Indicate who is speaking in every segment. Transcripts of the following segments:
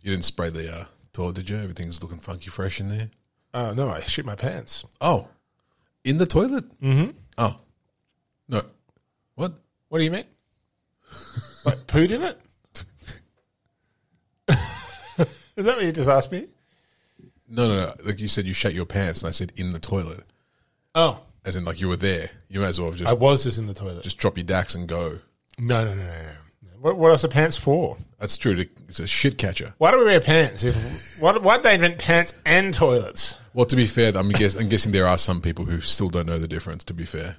Speaker 1: You didn't spray the uh, toilet, did you? Everything's looking funky fresh in there.
Speaker 2: Uh, no, I shit my pants.
Speaker 1: Oh, in the toilet? Mm-hmm. Oh, no. What?
Speaker 2: What do you mean? like pooed in it? Is that what you just asked me?
Speaker 1: No, no, no. Like you said, you shat your pants, and I said in the toilet,
Speaker 2: Oh,
Speaker 1: as in like you were there. You may as well have just
Speaker 2: I was just in the toilet.
Speaker 1: just drop your dax and go.
Speaker 2: no, no, no, no. no. What, what else are pants for?
Speaker 1: That's true. to- It's a shit catcher.
Speaker 2: Why do we wear pants? If why, why'd they invent pants and toilets?
Speaker 1: Well, to be fair, I'm, guess, I'm guessing there are some people who still don't know the difference. To be fair,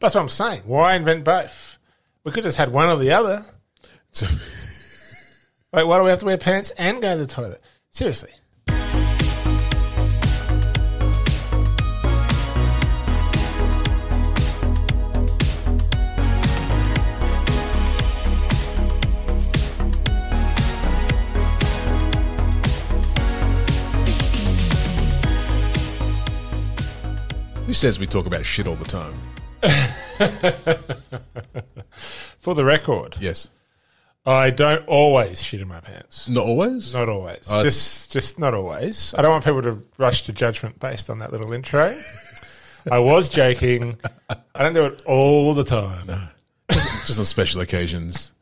Speaker 2: That's what I'm saying. Why invent both? We could have just had one or the other.
Speaker 1: so,
Speaker 2: Like, why do we have to wear pants and go to the toilet? Seriously.
Speaker 1: who says we talk about shit all the time?
Speaker 2: For the record,
Speaker 1: Yes,
Speaker 2: I don't always shit in my pants.
Speaker 1: not always.
Speaker 2: Not always.
Speaker 1: Oh, that's-
Speaker 2: just just not always. I don't want people to rush to judgment based on that little intro. I was joking. I don't do it all the time. No.
Speaker 1: Just on special occasions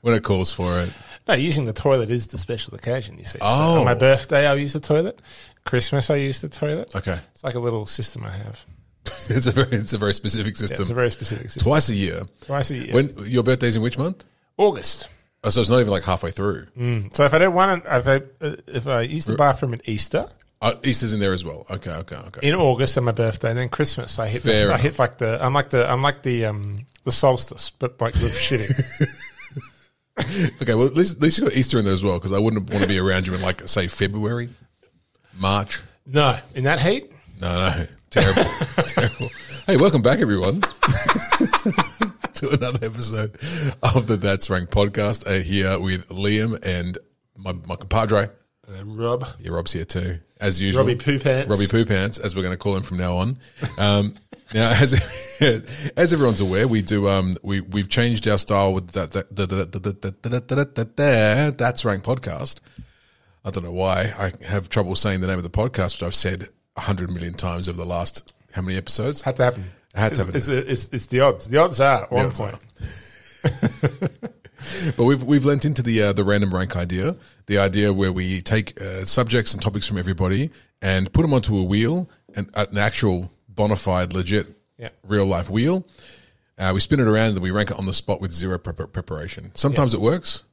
Speaker 1: when it calls for it.
Speaker 2: using the toilet is the special occasion, you see. So
Speaker 1: Oh.
Speaker 2: on my birthday, I'll use the toilet. Christmas, I use the toilet.
Speaker 1: Okay,
Speaker 2: It's like a little system I have.
Speaker 1: it's a very it's a very specific system.
Speaker 2: It's a very specific system.
Speaker 1: Twice a year.
Speaker 2: Twice a year.
Speaker 1: When your birthday's in which month?
Speaker 2: August.
Speaker 1: Oh, so it's not even like halfway through.
Speaker 2: So if I don't want to, if I, uh, if I use the bathroom at Easter,
Speaker 1: Oh, Easter's in there as well. Okay, okay, okay.
Speaker 2: in August on my birthday, and then Christmas, I hit,
Speaker 1: Fair
Speaker 2: I
Speaker 1: enough.
Speaker 2: hit like the, I'm like the, I'm like the, um, the solstice, but like with shitting.
Speaker 1: Okay, well at least, at least you got Easter in there as well because I wouldn't want to be around you in like say February, March.
Speaker 2: No, in that heat.
Speaker 1: No, no, terrible, terrible. Hey, welcome back everyone to another episode of the That's Rank podcast. Uh, here with Liam and my my compadre.
Speaker 2: Rob,
Speaker 1: Yeah, Rob's here too, as usual.
Speaker 2: Robbie Poo Pants.
Speaker 1: Robbie Um, Poo Pants, as we're going to call him from now on. Um, now, as as everyone's aware, we do um, we we've changed our style with that that that- that- that- that- that- that- that- that- that's rank podcast. I don't know why I have trouble saying the name of the podcast, which I've said a hundred million times over the last how many episodes?
Speaker 2: Had to happen.
Speaker 1: Had to
Speaker 2: It's-
Speaker 1: happen.
Speaker 2: It's, it's, it's the odds. The odds are at one
Speaker 1: odds
Speaker 2: point.
Speaker 1: But we've we've lent into the uh, the random rank idea, the idea where we take uh, subjects and topics from everybody and put them onto a wheel, an, uh, an actual bona fide, legit,
Speaker 2: Yeah.
Speaker 1: real life wheel. Uh, we spin it around and we rank it on the spot with zero prep- preparation. Sometimes it works,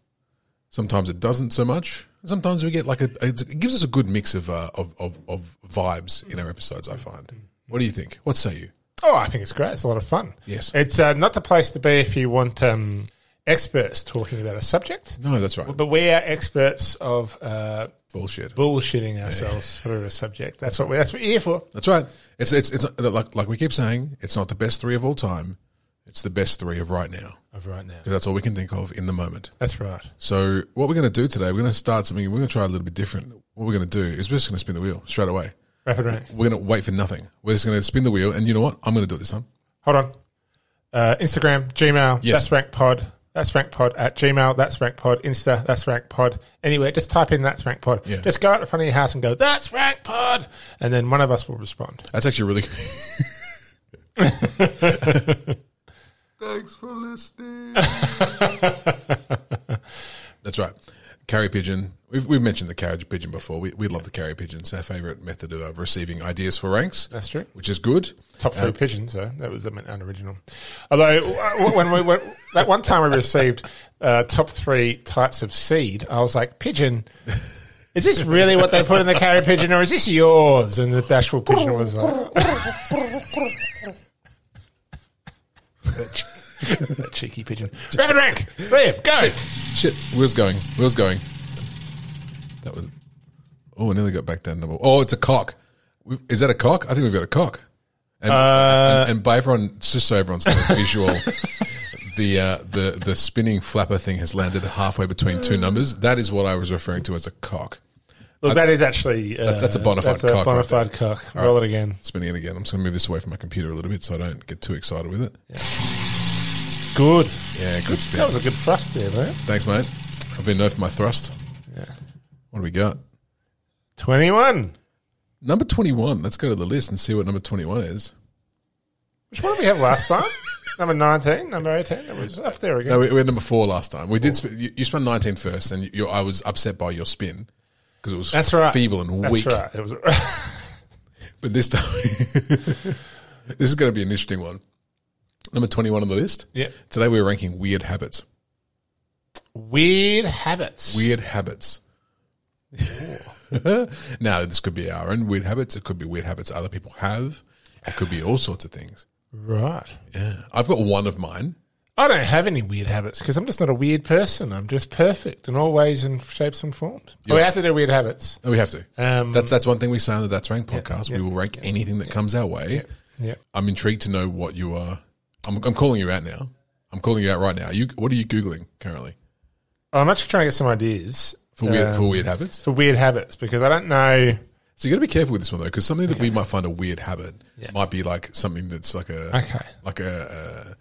Speaker 1: sometimes it doesn't so much. Sometimes we get like a, a it gives us a good mix of, uh, of of of vibes in our episodes. I find. What do you think? What say you?
Speaker 2: Oh, I think it's great. It's a lot of fun.
Speaker 1: Yes.
Speaker 2: It's uh, not the place to be if you want um, experts talking about a subject,
Speaker 1: No, that's right.
Speaker 2: but we are experts of uh,
Speaker 1: Bullshit.
Speaker 2: bullshitting ourselves through a subject. That's what we, that's what we're here for.
Speaker 1: That's right. It's it's it's not- like like we keep saying, it's not the best three of all time. It's the best three of right now.
Speaker 2: Of right now.
Speaker 1: 'Cause That's all we can think of in the moment.
Speaker 2: That's right.
Speaker 1: So what we're going to do today, we're going to start something. We're going to try a little bit different. What we're going to do is we're just going to spin the wheel straight away.
Speaker 2: Rapid rank.
Speaker 1: We're going to wait for nothing. We're just going to spin the wheel, and you know what? I'm going to do it this time.
Speaker 2: Hold on. Uh, Instagram, Gmail,
Speaker 1: Yes.
Speaker 2: that's rank pod, that's rank pod at Gmail, that's rank pod, Insta, that's rank pod. Anywhere, just type in that's rank pod.
Speaker 1: Yeah.
Speaker 2: Just go out in front of your house and go, that's rank pod. And then one of us will respond.
Speaker 1: That's actually really. Thanks for listening. That's right. Carry pigeon. We've, we've mentioned the carriage pigeon before. We, we love the carry pigeon. It's our favorite method of uh, receiving ideas for ranks,
Speaker 2: That's true.
Speaker 1: which is good.
Speaker 2: Top three pigeons, so that was um, unoriginal. Although, uh, when we went, that one time we received uh, top three types of seed, I was like, pigeon. Is this really what they put in the carrier pigeon, or is this yours? And the dashful pigeon was like, that cheeky pigeon. Rapid rank, Liam, go.
Speaker 1: Shit, wheels going. Wheels going. That was. Oh, I nearly got back down. Number. Oh, it's a cock. We- Is that a cock? I think we've got a cock. And, and, and by everyone, just so everyone's got a visual, the uh, the the spinning flapper thing has landed halfway between two numbers. That is what I was referring to as a cock.
Speaker 2: Look, that is actually uh,
Speaker 1: that's a bona fide
Speaker 2: that's a
Speaker 1: cock
Speaker 2: bona
Speaker 1: right there.
Speaker 2: fide cock. Roll it again.
Speaker 1: Spinning it again. I'm just going to move this away from my computer a little bit so I don't get too excited with it.
Speaker 2: Good.
Speaker 1: Yeah, good
Speaker 2: That
Speaker 1: spin.
Speaker 2: was a good thrust there, man.
Speaker 1: Thanks, mate. I've been known for my thrust.
Speaker 2: Yeah.
Speaker 1: What do we got?
Speaker 2: 21.
Speaker 1: Number 21. Let's go to the list and see what number 21 is.
Speaker 2: Which one did we have last time? number 19, number 18. It was up there again.
Speaker 1: No, we, we had number four last time. We did. Sp- you, you spun 19 first, and you, I was upset by your spin because it was
Speaker 2: That's right.
Speaker 1: feeble and
Speaker 2: That's
Speaker 1: weak.
Speaker 2: right. It was
Speaker 1: But this time, this is going to be an interesting one. Number 21 on the list.
Speaker 2: Yeah.
Speaker 1: Today we were ranking weird habits.
Speaker 2: weird habits.
Speaker 1: Weird habits. now, this could be our own weird habits. It could be weird habits other people have. It could be all sorts of things.
Speaker 2: Right.
Speaker 1: Yeah. I've got one of mine.
Speaker 2: I don't have any weird habits because I'm just not a weird person. I'm just perfect in all ways and shapes and forms. Oh, we have to do weird habits.
Speaker 1: No, Oh, we have to.
Speaker 2: Um,
Speaker 1: that's that's one thing we say on the That's Rank podcast. we will rank anything that comes our way.
Speaker 2: Yeah.
Speaker 1: I'm intrigued to know what you are. I'm, I'm calling you out now. I'm calling you out right now. You, what are you googling currently
Speaker 2: I'm actually trying to get some ideas
Speaker 1: for weird
Speaker 2: um,
Speaker 1: for weird habits?
Speaker 2: for weird habits because I don't know.
Speaker 1: So you got to be careful with this one though, because something that we might find a weird habit might be like something that's like a
Speaker 2: Okay.
Speaker 1: like a uh,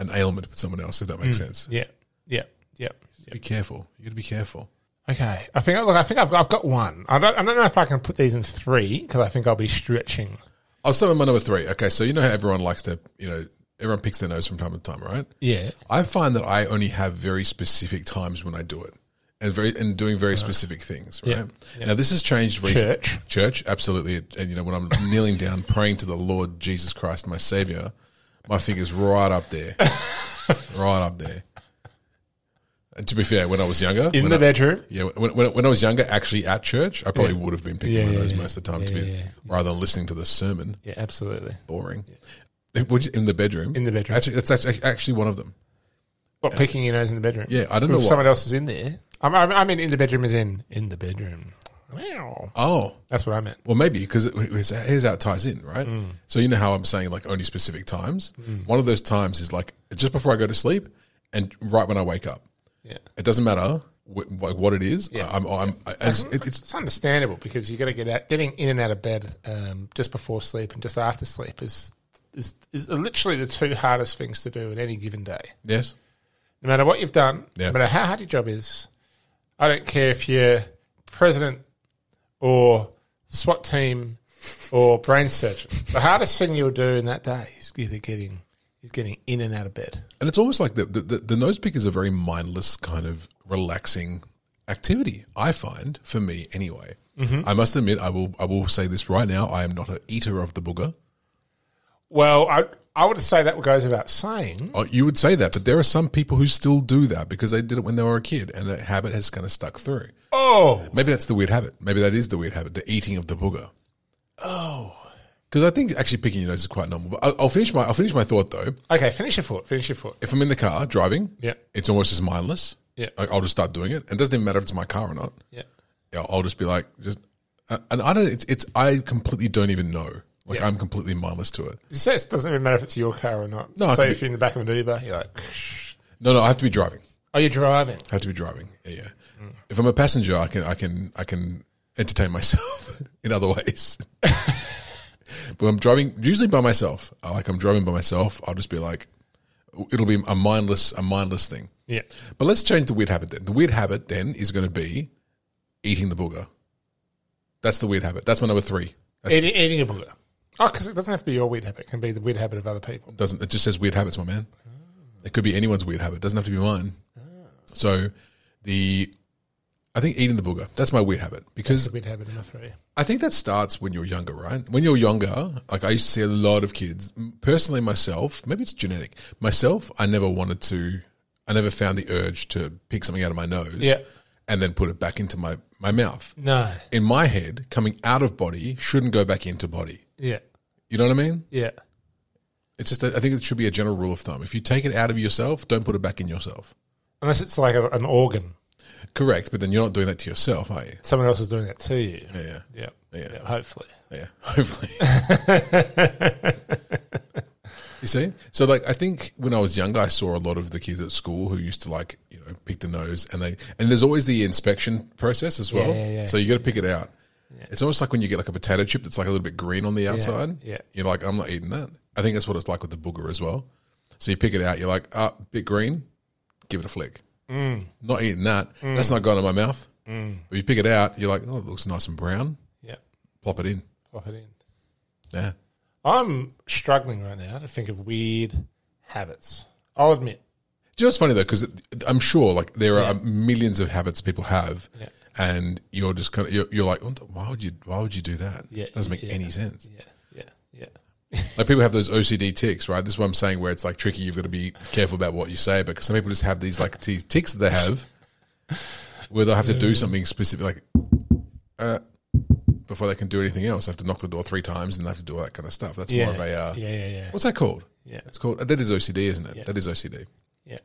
Speaker 1: an ailment with someone else. If that makes sense,
Speaker 2: Yeah. Yeah. Yeah. Hmm. yeah.
Speaker 1: be careful. You got to be careful.
Speaker 2: Okay. I think look. I think I've got, I've got one. I don't. I don't know if I can put these in three because I think I'll be stretching.
Speaker 1: I'll start with my number three. Okay, so you know how everyone likes to, you know, everyone picks their nose from time to time, right?
Speaker 2: Yeah.
Speaker 1: I find that I only have very specific times when I do it, and very and doing very specific things. Right now, this has changed recently.
Speaker 2: Church.
Speaker 1: Church, absolutely. And you know, when I'm kneeling down praying to the Lord Jesus Christ, my Savior, my finger's right up there, right up there. And to be fair, when I was younger,
Speaker 2: In
Speaker 1: when
Speaker 2: the
Speaker 1: I-
Speaker 2: bedroom.
Speaker 1: yeah, when, when, when I was younger, actually at church, I probably would have been picking
Speaker 2: Yeah,
Speaker 1: my
Speaker 2: yeah,
Speaker 1: nose
Speaker 2: yeah.
Speaker 1: most of the time, to
Speaker 2: Yeah,
Speaker 1: be
Speaker 2: yeah, yeah.
Speaker 1: rather than listening to the sermon.
Speaker 2: Yeah. Absolutely.
Speaker 1: Boring. Would you- In the bedroom.
Speaker 2: In the bedroom.
Speaker 1: Actually, that's actually, actually one of them.
Speaker 2: What picking your nose in the bedroom?
Speaker 1: Yeah, I don't
Speaker 2: If
Speaker 1: know why.
Speaker 2: someone else is in there. I, I, I mean, in the bedroom is in in the bedroom. Wow.
Speaker 1: Oh,
Speaker 2: That's what I meant.
Speaker 1: Well, maybe because here's how it ties in, right? So you know how I'm saying like only specific times. One of those times is like just before I go to sleep and right when I wake up.
Speaker 2: Yeah.
Speaker 1: It doesn't matter wh- wh- what it is. I'm, I'm, I, it's, it, it's
Speaker 2: It's understandable because you got to get out, getting in and out of bed um, just before sleep and just after sleep is, is is literally the two hardest things to do in any given day.
Speaker 1: yes,
Speaker 2: No matter what you've done,
Speaker 1: Yeah.
Speaker 2: no matter how hard your job is, I don't care if you're president or SWAT team or brain surgeon. The hardest thing you'll do in that day is either getting is getting in and out of bed.
Speaker 1: and it's almost like the the, the the nose pick is a very mindless kind of relaxing activity. I find for me anyway. I must admit, I will I will say this right now. I am not an eater of the booger.
Speaker 2: Well, I I would say that goes without saying.
Speaker 1: Oh, You would say that, but there are some people who still do that because they did it when they were a kid, and that habit has kind of stuck through.
Speaker 2: Oh,
Speaker 1: Maybe that's the weird habit. Maybe that is the weird habit, the eating of the booger.
Speaker 2: oh.
Speaker 1: Because I think actually picking your nose is quite normal. But I'll, I'll finish my I'll finish my thought though.
Speaker 2: Okay, finish your thought. Finish your thought.
Speaker 1: If I'm in the car driving,
Speaker 2: Yeah.
Speaker 1: it's almost as mindless.
Speaker 2: Yeah.
Speaker 1: I, I'll just start doing it. It doesn't even matter if it's my car or not.
Speaker 2: Yeah.
Speaker 1: Yeah, I'll just be like, just uh, and I don't. It's, it's I completely don't even know. Like I'm completely mindless to it.
Speaker 2: You say it doesn't even matter if it's your car or not.
Speaker 1: No, it
Speaker 2: so
Speaker 1: could
Speaker 2: if
Speaker 1: be-
Speaker 2: you're in the back of an Uber, you're like,
Speaker 1: No, no, I have to be driving.
Speaker 2: "Are you driving?"
Speaker 1: I have to be driving. Yeah, yeah. If I'm a passenger, I can I can I can entertain myself in other ways. but I'm driving usually by myself. I- Like I'm driving by myself, I'll just be like, it'll be a mindless a mindless thing.
Speaker 2: Yeah.
Speaker 1: But let's change the weird habit then. The weird habit then is going to be eating the booger. That's the weird habit. That's my number three. That's, it
Speaker 2: Eating, eating a booger. Oh, because it doesn't have to be your weird habit. It can be the weird habit of other people.
Speaker 1: doesn't. It just says weird habits, my man. It could be anyone's weird habit. It doesn't have to be mine. So the. I think eating the booger. That's my weird habit because
Speaker 2: It's a weird habit number three.
Speaker 1: I think that starts when you're younger, right? When you're younger, like I used to see a lot of kids. Personally, myself, maybe it's genetic. Myself, I never wanted to. I never found the urge to pick something out of my nose,
Speaker 2: Yeah.
Speaker 1: and then put it back into my my mouth.
Speaker 2: No.
Speaker 1: In my head, coming out of body shouldn't go back into body.
Speaker 2: Yeah.
Speaker 1: You know what I mean?
Speaker 2: Yeah.
Speaker 1: It's just that I think it should be a general rule of thumb. If you take it out of yourself, don't put it back in yourself.
Speaker 2: Unless it's like a, an organ.
Speaker 1: Correct, but then you're not doing that to yourself, are you?
Speaker 2: Someone else is doing that to you.
Speaker 1: Yeah, yeah,
Speaker 2: Yeah.
Speaker 1: Yeah.
Speaker 2: hopefully.
Speaker 1: Yeah, hopefully. you see, so like I think when I was younger, I saw a lot of the kids at school who used to like you know pick the nose, and they and there's always the inspection process as well.
Speaker 2: Yeah, yeah, yeah.
Speaker 1: So you got to pick it out. It's almost like when you get like a potato chip that's like a little bit green on the outside.
Speaker 2: yeah.
Speaker 1: You're like, I'm not eating that. I think that's what it's like with the booger as well. So you pick it out. You're
Speaker 2: Mm.
Speaker 1: like, ah, bit green. Give it a flick. Not eating that. That's not going in my mouth. But you pick it out, you're like, oh, it looks nice and brown.
Speaker 2: Yeah.
Speaker 1: Plop it in.
Speaker 2: Pop it in.
Speaker 1: Yeah.
Speaker 2: I'm struggling right now to think of weird habits. I'll admit.
Speaker 1: Do you know what's funny though? Because I'm sure like there are millions of habits people have,
Speaker 2: Yeah.
Speaker 1: and you're just kind of you're, you're like, "What the- why would you why would you do that?
Speaker 2: Yeah,
Speaker 1: doesn't make
Speaker 2: yeah.
Speaker 1: any sense.
Speaker 2: Yeah, yeah, yeah.
Speaker 1: Like people have those OCD ticks, right? This is what I'm saying, where it's like tricky. You've got to be careful about what you say because some people just have these like these ticks that they have, where they'll have to do something specific, like uh, before they can do anything else. They have to knock the door three times and they have to do all that kind of stuff. That's
Speaker 2: Yeah.
Speaker 1: more of a uh,
Speaker 2: yeah, yeah, yeah.
Speaker 1: what's that called?
Speaker 2: Yeah.
Speaker 1: It's called that is OCD, isn't it? That is OCD.
Speaker 2: yeah.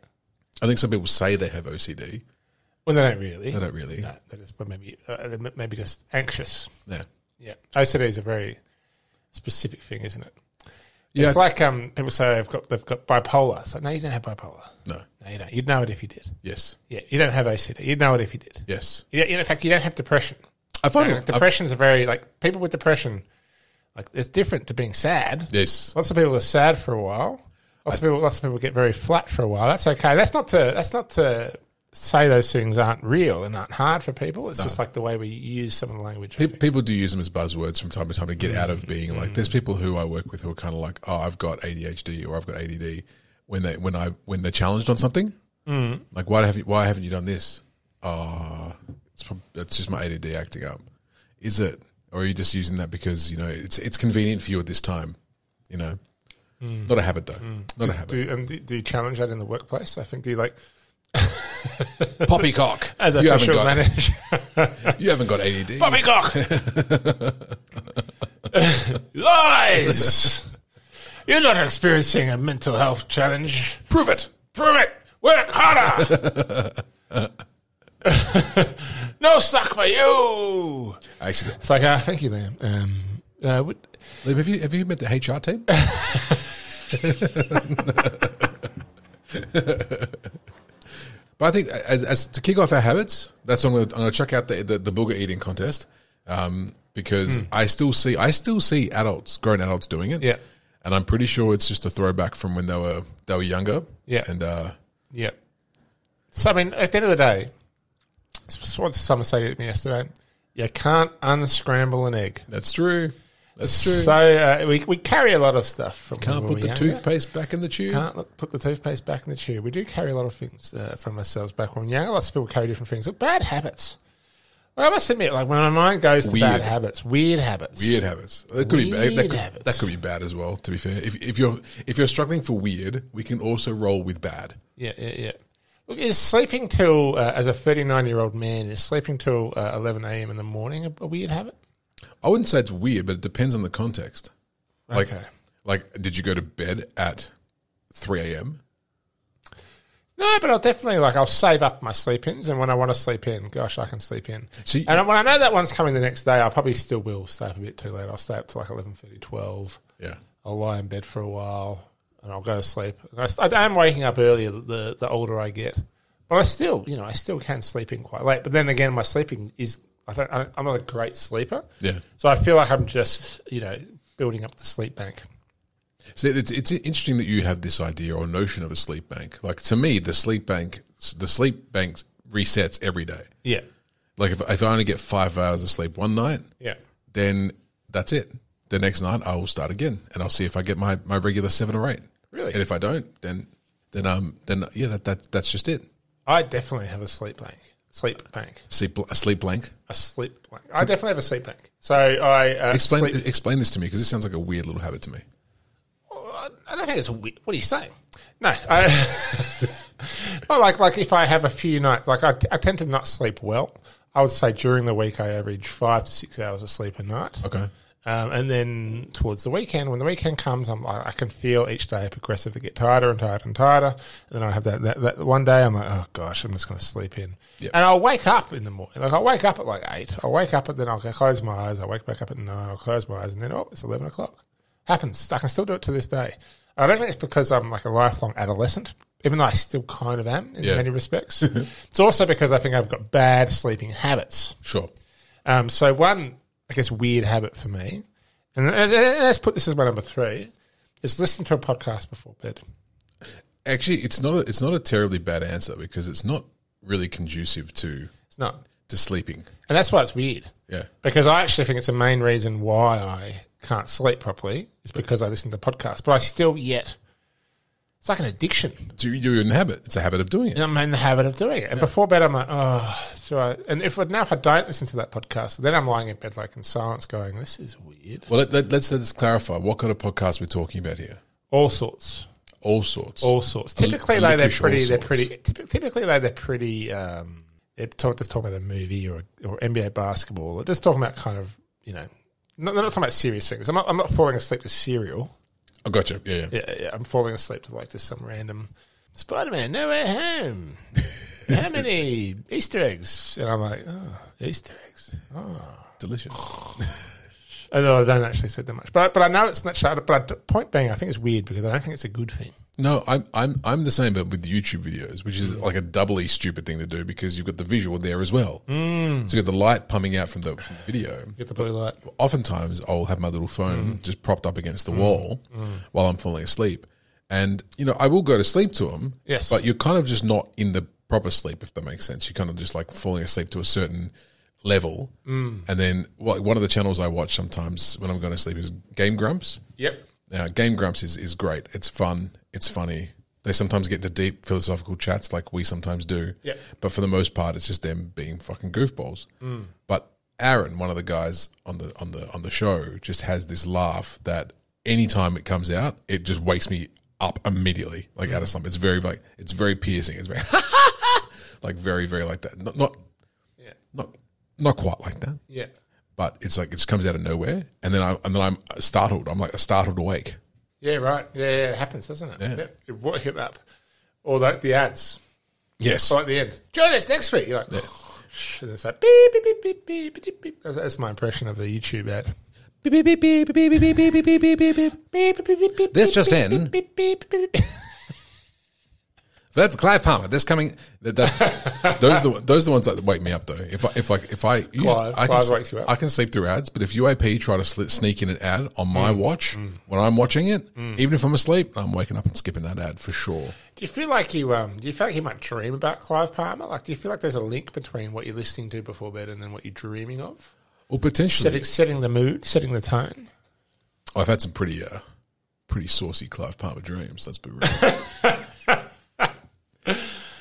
Speaker 1: I think some people say they have OCD.
Speaker 2: Well, they don't really.
Speaker 1: They don't really.
Speaker 2: No, they just, but maybe, uh, they m- maybe just anxious.
Speaker 1: Yeah.
Speaker 2: Yeah. OCD is a very specific thing, isn't it?
Speaker 1: Yeah.
Speaker 2: It's like um, people say they've got, they've got bipolar. It's like, no, you don't have bipolar.
Speaker 1: no.
Speaker 2: No, you don't. You'd know it if you did.
Speaker 1: Yes.
Speaker 2: Yeah, you don't have OCD. You'd know it if you did.
Speaker 1: Yes.
Speaker 2: You don't- you know, in fact, you don't have depression.
Speaker 1: I find
Speaker 2: Like,
Speaker 1: it. I-
Speaker 2: depression's a very, like, people with depression, like, it's different to being sad.
Speaker 1: yes.
Speaker 2: Lots of people are sad for a while. Lots of people, lots of people get very flat for a while. That's okay. That's not to that's not to say those things aren't real and aren't hard for people. It's just like the way we use some of the language. I
Speaker 1: Pe-
Speaker 2: think.
Speaker 1: People do use them as buzzwords from time to time to get out of being like. There's people who I work with who are kind of like, "Oh, I've got ADHD" or "I've got ADD." When they when I when they're challenged on something, mm. like why have you why haven't you done this? Ah, it's prob- it's just my ADD acting up. Is it, or are you just using that because you know it's it's convenient for you at this time? You know,
Speaker 2: Mm.
Speaker 1: not a habit though. Not a habit.
Speaker 2: Do, and do, do you challenge that in the workplace? I think do you like
Speaker 1: Poppycock.
Speaker 2: as a
Speaker 1: you haven't
Speaker 2: official
Speaker 1: got
Speaker 2: manager?
Speaker 1: you haven't got ADD.
Speaker 2: Poppycock lies. You're not experiencing a mental health challenge.
Speaker 1: Prove it.
Speaker 2: Prove it. Work harder. no slack for you.
Speaker 1: Actually,
Speaker 2: It's like, ah, thank you, Liam. Um, uh, would,
Speaker 1: Liv, have you have you met the HR team? but I think as, as to kick off our habits, that's when I'm going to check out the, the the booger eating contest um, because I still see I still see adults, grown adults, doing it.
Speaker 2: Hmm. Yeah.
Speaker 1: and I'm pretty sure it's just a throwback from when they were they were younger.
Speaker 2: Yeah.
Speaker 1: and uh,
Speaker 2: yeah. So, I mean, at the end of the day, s- what did someone say to me yesterday? You can't unscramble an egg.
Speaker 1: that's true. That's true.
Speaker 2: So uh, we, we carry a lot of stuff from
Speaker 1: Can't
Speaker 2: when
Speaker 1: put
Speaker 2: we
Speaker 1: the
Speaker 2: were younger.
Speaker 1: toothpaste back in the tube.
Speaker 2: Can't look, put the toothpaste back in the tube. We do carry a lot of things uh, from ourselves back when we were younger. Lots of people carry different things. But bad habits. Well, I must admit, like when my mind goes to
Speaker 1: Weird.
Speaker 2: bad habits, weird habits.
Speaker 1: Weird habits. That could be bad. That
Speaker 2: Weird
Speaker 1: could,
Speaker 2: habits.
Speaker 1: that could be bad as well. To be fair, if, if you're if you're struggling for weird, we can also roll with bad.
Speaker 2: Yeah, yeah, yeah. Look, is sleeping till uh, as a thirty-nine-year-old man is sleeping till uh, eleven a.m. in the morning a, a weird habit?
Speaker 1: I wouldn't say it's weird, but it depends on the context. Like,
Speaker 2: Okay.
Speaker 1: like, did you go to bed at three a.m.?
Speaker 2: No, but I'll definitely like I'll save up my sleep ins, and when I want to sleep in, gosh, I can sleep in.
Speaker 1: See,
Speaker 2: And when I know that one's coming the next day, I probably still will stay up a bit too late. I'll stay up till like 11.30, 12.
Speaker 1: yeah,
Speaker 2: I'll lie in bed for a while, and I'll go to sleep. And I, st- I am waking up earlier the the older I get, but I still, you know, I still can sleep in quite late. But then again, my sleeping is I don't, I, I'm not a great sleeper.
Speaker 1: yeah.
Speaker 2: So I feel like I'm just, you know, building up the sleep bank.
Speaker 1: So it's it's interesting that you have this idea or notion of a sleep bank. Like to me, the sleep bank, the sleep bank resets every day.
Speaker 2: Yeah.
Speaker 1: Like if if I only get five hours of sleep one night,
Speaker 2: Yeah.
Speaker 1: then that's it. The next night I will start again and I'll see if I get my, my regular seven or eight.
Speaker 2: Really?
Speaker 1: And if I don't, then then um then yeah that, that that's just it.
Speaker 2: I definitely have a sleep bank. Sleep bank.
Speaker 1: Sleep bl- sleep blank.
Speaker 2: A sleep bank. I definitely have a sleep bank. So I uh,
Speaker 1: Explain
Speaker 2: Sleep,
Speaker 1: explain this to me because this sounds like a weird little habit to me.
Speaker 2: Oh, I don't think it's a weird. What are you saying? No. I, well, like like if I have a few nights, like I, I tend to not sleep well. I would say during the week I average five to six hours of sleep a night.
Speaker 1: Okay.
Speaker 2: Um, and then towards the weekend, when the weekend comes, I'm like, I can feel each day progressively get tireder and tireder and tireder. And then I have that, that, that one day I'm like, oh gosh, I'm just going to sleep in.
Speaker 1: Yep.
Speaker 2: And I'll wake up in the morning. Like I'll wake up at like eight. I'll wake up and then I'll go close my eyes. I'll wake back up at nine. I'll close my eyes and then, oh, it's 11 o'clock. Happens. I can still do it to this day. I don't think it's because I'm like a lifelong adolescent, even though I still kind of am in
Speaker 1: Yeah.
Speaker 2: many respects. it's also because I think I've got bad sleeping habits.
Speaker 1: Sure.
Speaker 2: Um, so one, I guess, weird habit for me, and, and- and let's put this as my number three, is listen to a podcast before bed.
Speaker 1: Actually, it's not a, it's not a terribly bad answer because it's not really conducive to
Speaker 2: It's not.
Speaker 1: to sleeping.
Speaker 2: And that's why it's weird.
Speaker 1: Yeah.
Speaker 2: Because I actually think it's the main reason why I can't sleep properly is because I listen to podcasts. But I still yet, it's like an addiction.
Speaker 1: Do you, you inhabit? It's a habit of doing it.
Speaker 2: And I'm in the habit of doing it. And before bed, I'm like, oh, do I? And if now if I don't listen to that podcast, then I'm lying in bed like in silence, going, this is weird.
Speaker 1: Well, let, let, let's let's clarify what kind of podcast we're talking about here.
Speaker 2: All sorts,
Speaker 1: All sorts.
Speaker 2: all sorts.
Speaker 1: li-
Speaker 2: Typically, though, they're
Speaker 1: licorice all
Speaker 2: pretty. They're
Speaker 1: sorts.
Speaker 2: pretty. typ- Typically, though, they're pretty. Um, they're talk, just talking about a movie or or NBA basketball. They're just talking about kind of you know. No, they're not talking about serious things. I'm not. I'm not falling asleep to serial.
Speaker 1: I gotcha. Yeah, yeah.
Speaker 2: Yeah, yeah. I'm falling asleep to like just some random Spider Man nowhere home. How many Easter eggs? And I'm like, oh, Easter eggs. Oh.
Speaker 1: Delicious.
Speaker 2: Although I don't actually say that much, but I- but I know it's not. But I, d- point being, I think it's weird because I don't think it's a good thing.
Speaker 1: No, I'm I'm I'm the same, but with YouTube videos, which is like a doubly stupid thing to do because you've got the visual there as well. Mm. So you've got the light pumping out from the from the video.
Speaker 2: Get the blue light.
Speaker 1: oftentimes I'll have my little phone just propped up against the wall while I'm falling asleep. And, you know, I will go to sleep to them.
Speaker 2: Yes.
Speaker 1: But you're kind of just not in the proper sleep, if that makes sense. You're kind of just like falling asleep to a certain level. And then well, one of the channels I watch sometimes when I'm going to sleep is Game Grumps.
Speaker 2: Yep.
Speaker 1: Now, Game Grumps is, is great. It's fun. It's funny. They sometimes get into deep philosophical chats like we sometimes do.
Speaker 2: Yeah.
Speaker 1: But for the most part, it's just them being fucking goofballs.
Speaker 2: Mm.
Speaker 1: But Aaron, one of the guys on the on the on the show, just has this laugh that anytime it comes out, it just wakes me up immediately, like
Speaker 2: Mm.
Speaker 1: out of slumber. It's very like it's very piercing. It's very like very very like that. Not not
Speaker 2: Yeah.
Speaker 1: not not quite like that
Speaker 2: Yeah.
Speaker 1: but it's like it just comes out of nowhere, and then I and then I'm startled. I'm like startled awake.
Speaker 2: Yeah. Right. Yeah. yeah it happens, doesn't it? Yeah. Yep. You work it up. Or like the ads
Speaker 1: Yes,
Speaker 2: right at the end. Join us next week. You're like, and it's like beep beep beep beep beep beep beep. beep. That's- That's my impression of the YouTube ad.
Speaker 1: This just in. vote for Clive Palmer. This coming. That, that, those are the those are the ones that wake me up though. If I if I if I usually-
Speaker 2: Clive-
Speaker 1: I, can,
Speaker 2: Clive
Speaker 1: sl-
Speaker 2: wakes you up.
Speaker 1: I can sleep through ads, but if UAP try to sl- sneak in an ad on my
Speaker 2: Mm.
Speaker 1: watch when I'm watching it, even if I'm asleep, I'm waking up and skipping that ad for sure.
Speaker 2: Do you feel like you um? Do you feel like you might dream about Clive Palmer? Like, do you feel like there's a link between what you're listening to before bed and then what you're dreaming of?
Speaker 1: Well, potentially,
Speaker 2: Setting, setting the mood, setting the tone.
Speaker 1: I've had some pretty uh, pretty saucy Clive Palmer dreams. Let's be real.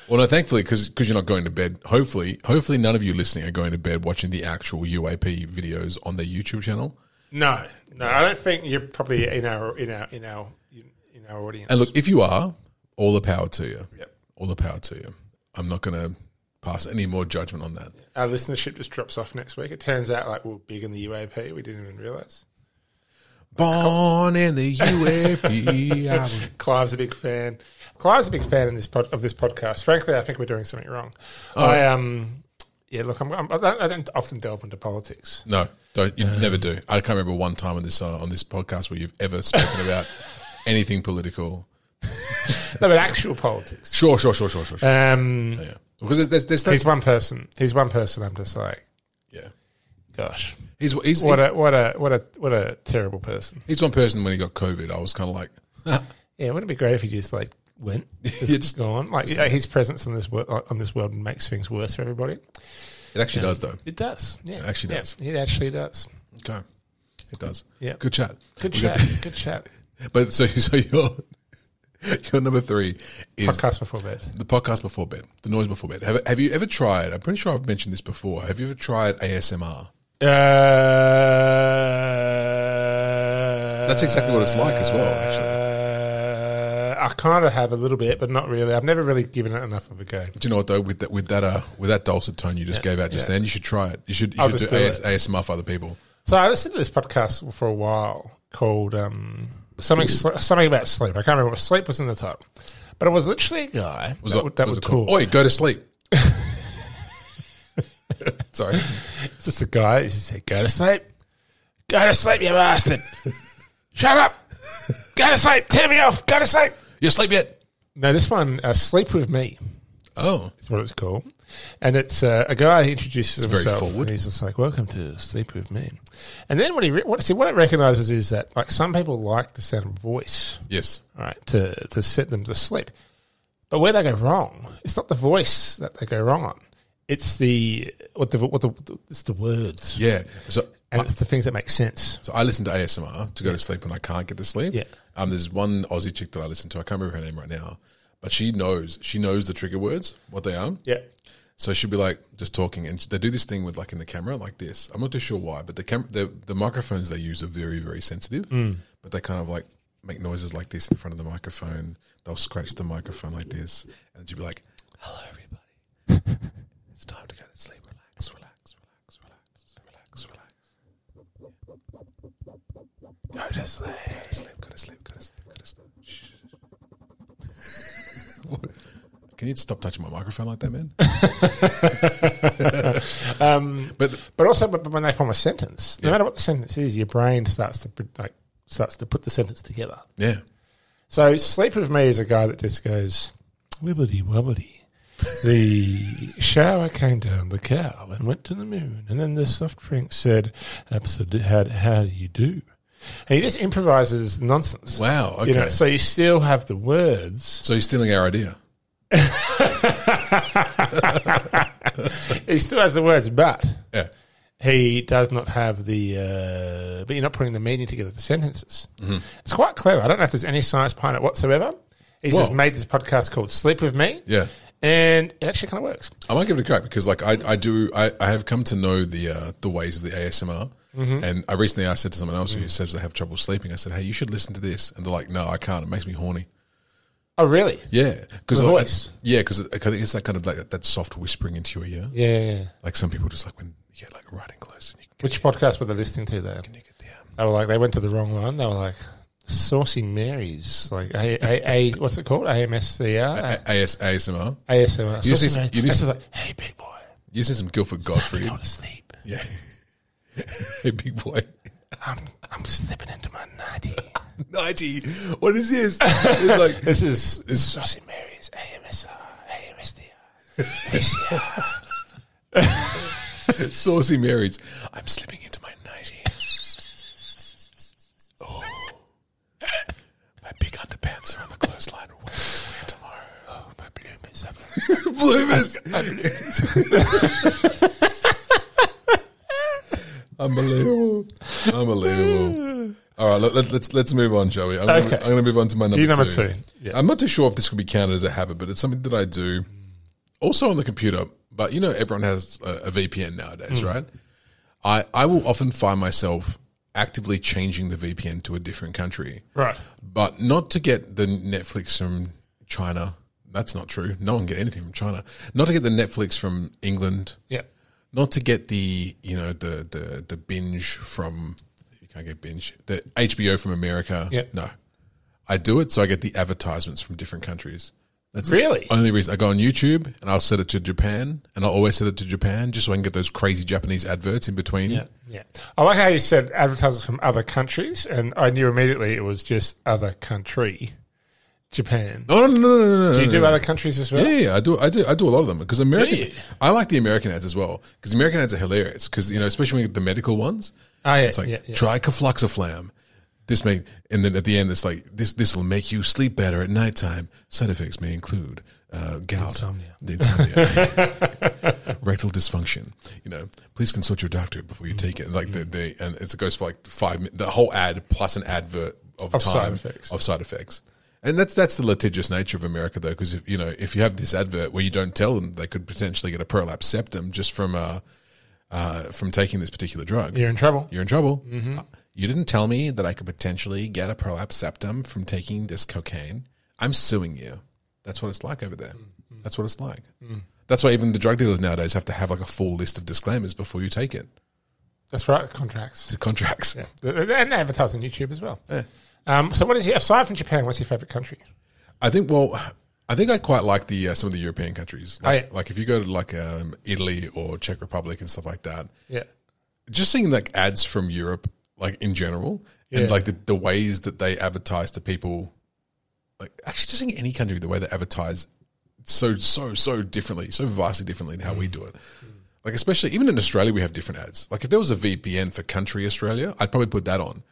Speaker 1: well, no, thankfully, because you're not going to bed. Hopefully, hopefully, none of you listening are going to bed watching the actual UAP videos on their YouTube channel.
Speaker 2: No, no, I don't think you're probably in our in our in our in our audience.
Speaker 1: And look, if you are, all the power to you.
Speaker 2: Yep.
Speaker 1: All the power to you. I'm not going to pass any more judgment on that.
Speaker 2: our listenership just drops off next week. It turns out like we're big in the UAP. We didn't even realize.
Speaker 1: Born in the UAP. I was-
Speaker 2: Clive's a big fan. Clive's a big fan in this pod, of this podcast. Frankly, I think we're doing something wrong.
Speaker 1: Oh.
Speaker 2: I um, yeah. Look, I'm, I'm, I don't- I don't often delve into politics.
Speaker 1: no, don't. You never do. I can't remember one time on this uh, on this podcast where you've ever spoken about anything political.
Speaker 2: No, but actual politics.
Speaker 1: Sure, sure, sure, sure, sure. sure.
Speaker 2: Um,
Speaker 1: yeah, because there's there's
Speaker 2: he's
Speaker 1: things.
Speaker 2: one person. He's one person. I'm just like,
Speaker 1: Yeah,
Speaker 2: gosh,
Speaker 1: he's he's
Speaker 2: what a what a what a what a terrible person.
Speaker 1: he's one person. When he got COVID, I was kind of like,
Speaker 2: Yeah, wouldn't it be great if he just like went, just
Speaker 1: Yeah, just-
Speaker 2: gone? Like yeah, his presence on this wor- on this world makes things worse for everybody.
Speaker 1: it actually does though.
Speaker 2: It does. Yeah,
Speaker 1: It actually
Speaker 2: Yeah,
Speaker 1: does.
Speaker 2: It actually does.
Speaker 1: Okay, it does.
Speaker 2: Yeah.
Speaker 1: good chat.
Speaker 2: Good
Speaker 1: We
Speaker 2: chat.
Speaker 1: got-
Speaker 2: Good chat.
Speaker 1: But so so your your number three is
Speaker 2: Podcast before bed.
Speaker 1: the podcast before bed, the noise before bed. Have have you ever tried? I'm pretty sure I've mentioned this before. Have you ever tried ASMR?
Speaker 2: Uh,
Speaker 1: That's exactly what it's like as well, actually.
Speaker 2: Uh, I kind of have a little bit, but not really. I've never really given it enough of a go.
Speaker 1: Do you know what though? With that with that uh with that dulcet tone you just gave out just
Speaker 2: yeah.
Speaker 1: then, you should try it. You should you
Speaker 2: I'll
Speaker 1: should do,
Speaker 2: just do
Speaker 1: AS, ASMR for other people.
Speaker 2: So I listened to this podcast for a while called um, something sl- something about sleep. I can't remember what sleep was in the title, but it was literally a guy
Speaker 1: Was
Speaker 2: that,
Speaker 1: it-
Speaker 2: would that
Speaker 1: was
Speaker 2: would
Speaker 1: it called-
Speaker 2: talk.
Speaker 1: Oi, go to sleep. Sorry.
Speaker 2: It's just a guy. He said, "Go to sleep, go to sleep, you bastard! Shut up, go to sleep, tear me off, go to sleep."
Speaker 1: You asleep yet?
Speaker 2: No, this one, uh, sleep with me.
Speaker 1: Oh.
Speaker 2: That's what it's called. And it's uh, a guy who introduces
Speaker 1: very
Speaker 2: himself.
Speaker 1: forward.
Speaker 2: And he's just like, "Welcome to Sleep with Me." And then what he re- what see what it recognizes is that like some people like the sound of voice,
Speaker 1: Yes.
Speaker 2: all right, to to set them to sleep. But where they go wrong, it's not the voice that they go wrong on. it's the what the what the it's the words
Speaker 1: Yeah. So
Speaker 2: and it's the things that make sense.
Speaker 1: So I listen to ASMR to go to sleep when I can't get to sleep.
Speaker 2: Yeah.
Speaker 1: Um, there's one Aussie chick that I listen to. I can't remember her name right now, but she knows she knows the trigger words, what they are.
Speaker 2: Yeah.
Speaker 1: So she'll be like just talking, and they do this thing with like in the camera, like this. I'm not too sure why, but the camera, the, the microphones they use are very, very sensitive.
Speaker 2: Mm.
Speaker 1: But they kind of like make noises like this in front of the microphone. They'll scratch the microphone like this, and she'll be like, "Hello, everybody. it's time to go to sleep. Relax, relax, relax, relax, relax, relax." Go to sleep. Go to sleep. Go to sleep. Go to sleep. Go to sleep. Shh. What? Can you stop touching my microphone like that, man?
Speaker 2: Um,
Speaker 1: But
Speaker 2: but also, but, but when they form a sentence, no matter what the sentence is, your brain starts to put- like starts to put the sentence together.
Speaker 1: yeah,
Speaker 2: So sleep with me is a guy that just goes wibbly wobbly. the shower came down the cow and went to the moon, and then the soft drink said, "Absolutely, how, how do you do?" And he just improvises nonsense.
Speaker 1: wow. Okay,
Speaker 2: You know, so you still have the words.
Speaker 1: so you're stealing our idea.
Speaker 2: He still has the words, but
Speaker 1: Yeah,
Speaker 2: he does not have the. Uh, but you're not putting the meaning together for sentences.
Speaker 1: Mm-hmm.
Speaker 2: It's quite clever. I don't know if there's any science behind it whatsoever. He's just
Speaker 1: Whoa.
Speaker 2: made this podcast called "Sleep with Me,"
Speaker 1: yeah.
Speaker 2: and it actually kind of works.
Speaker 1: I might give it a crack because, like, I, I do. I, I have come to know the uh, the ways of the ASMR.
Speaker 2: Mm-hmm.
Speaker 1: And I recently I said to someone else who says they have trouble sleeping, I said, "Hey, you should listen to this." And they're like, "No, I can't. It makes me horny."
Speaker 2: Oh, really?
Speaker 1: Yeah, because
Speaker 2: The
Speaker 1: like,
Speaker 2: voice.
Speaker 1: Yeah, because it's that kind of like that, that soft whispering into your ear.
Speaker 2: Yeah. yeah, yeah.
Speaker 1: Like some people just like when you get like right in close and you
Speaker 2: Which podcast were they listening to? There,
Speaker 1: can you get the um,
Speaker 2: they were like they went to the wrong one. They were like Saucy Marys, like A, A, A what's it called? AMSCR,
Speaker 1: A- AS, ASMR.
Speaker 2: ASMR.
Speaker 1: Uh, You
Speaker 2: Saucy
Speaker 1: see-
Speaker 2: Mary.
Speaker 1: you see-
Speaker 2: It's just like, hey, big boy,
Speaker 1: You see some Guilford
Speaker 2: time to
Speaker 1: Godfrey.
Speaker 2: go to sleep.
Speaker 1: Yeah. hey, big boy.
Speaker 2: I'm I'm slipping into my ninety.
Speaker 1: 90. What is this? It's like,
Speaker 2: this is Saucy Marys, AMSR, AMSDR, uh, ACR.
Speaker 1: Saucy Mary's. I'm slipping into my 90. Oh. My big underpants are on the clothesline. Where to wear tomorrow?
Speaker 2: Oh, my bloomers. up.
Speaker 1: Bloomers.
Speaker 2: My bloomers.
Speaker 1: Unbelievable. Unbelievable. All right, let, let, let's let's move on, shall we? I'm
Speaker 2: Okay.
Speaker 1: going to move on to my number
Speaker 2: You number
Speaker 1: two.
Speaker 2: two. Yeah.
Speaker 1: I'm not too sure if this could be counted as a habit, but it's something that I do also on the computer. But you know, everyone has a, a VPN nowadays,
Speaker 2: Mm.
Speaker 1: right? I, I will often find myself actively changing the VPN to a different country,
Speaker 2: Right.
Speaker 1: but not to get the Netflix from China. That's not true. No one get anything from China. Not to get the Netflix from England
Speaker 2: Yeah.
Speaker 1: not to get the you know the the the binge from you can't get binge the HBO from America.
Speaker 2: Yeah.
Speaker 1: No, I do it so I get the advertisements from different countries. That's the
Speaker 2: Really?
Speaker 1: only reason I go on YouTube and I'll set it to Japan and I'll always set it to Japan just so I can get those crazy Japanese adverts in between.
Speaker 2: Yeah. Yeah. I like how you said advertisers from other countries, and I knew immediately it was just other country, Japan.
Speaker 1: Oh, No, no, no, no, no, no.
Speaker 2: Do you
Speaker 1: no,
Speaker 2: do
Speaker 1: no.
Speaker 2: other countries as well?
Speaker 1: Yeah, yeah, I do. I do. I do a lot of them because American.
Speaker 2: you?
Speaker 1: I like the American ads as well because American ads are hilarious because you know especially when you get the medical ones.
Speaker 2: Oh, yeah,
Speaker 1: it's like
Speaker 2: yeah, yeah.
Speaker 1: try Cafloxiflam. This may and then at the end it's like this. This will make you sleep better at nighttime. Side effects may include uh, gout,
Speaker 2: Insomnia.
Speaker 1: the insomnia, rectal dysfunction. You know, please consult your doctor before you take it. Like
Speaker 2: Mm-hmm.
Speaker 1: the, the and it's, it goes for like five. mi- The whole ad plus an advert of,
Speaker 2: side
Speaker 1: time
Speaker 2: effects.
Speaker 1: of side effects. And that's that's the litigious nature of America, though, because if you know if you have this advert where you don't tell them, they could potentially get a prolapse septum just from uh, uh, from taking this particular drug.
Speaker 2: You're in trouble.
Speaker 1: You're in trouble. Uh, You didn't tell me that I could potentially get a prolapse septum from taking this cocaine. I'm suing you. That's what it's like over there. That's what it's like. That's why even the drug dealers nowadays have to have like a full list of disclaimers before you take it.
Speaker 2: That's right. Contracts
Speaker 1: The contracts. Yeah.
Speaker 2: and they advertise on YouTube as well. Um, so, what is your aside from Japan? What's your favorite country?
Speaker 1: I think. Well, I think I quite like the uh, some of the European countries. Like,
Speaker 2: Oh, yeah.
Speaker 1: like if you go to like um, Italy or Czech Republic and stuff like that,
Speaker 2: Yeah.
Speaker 1: just seeing like ads from Europe, like in general,
Speaker 2: Yeah.
Speaker 1: and like the, the ways that they advertise to people, like actually just seeing any country the way they advertise so so so differently, so vastly differently than how we do it. Like especially even in Australia, we have different ads. Like if there was a VPN for country Australia, I'd probably put that on.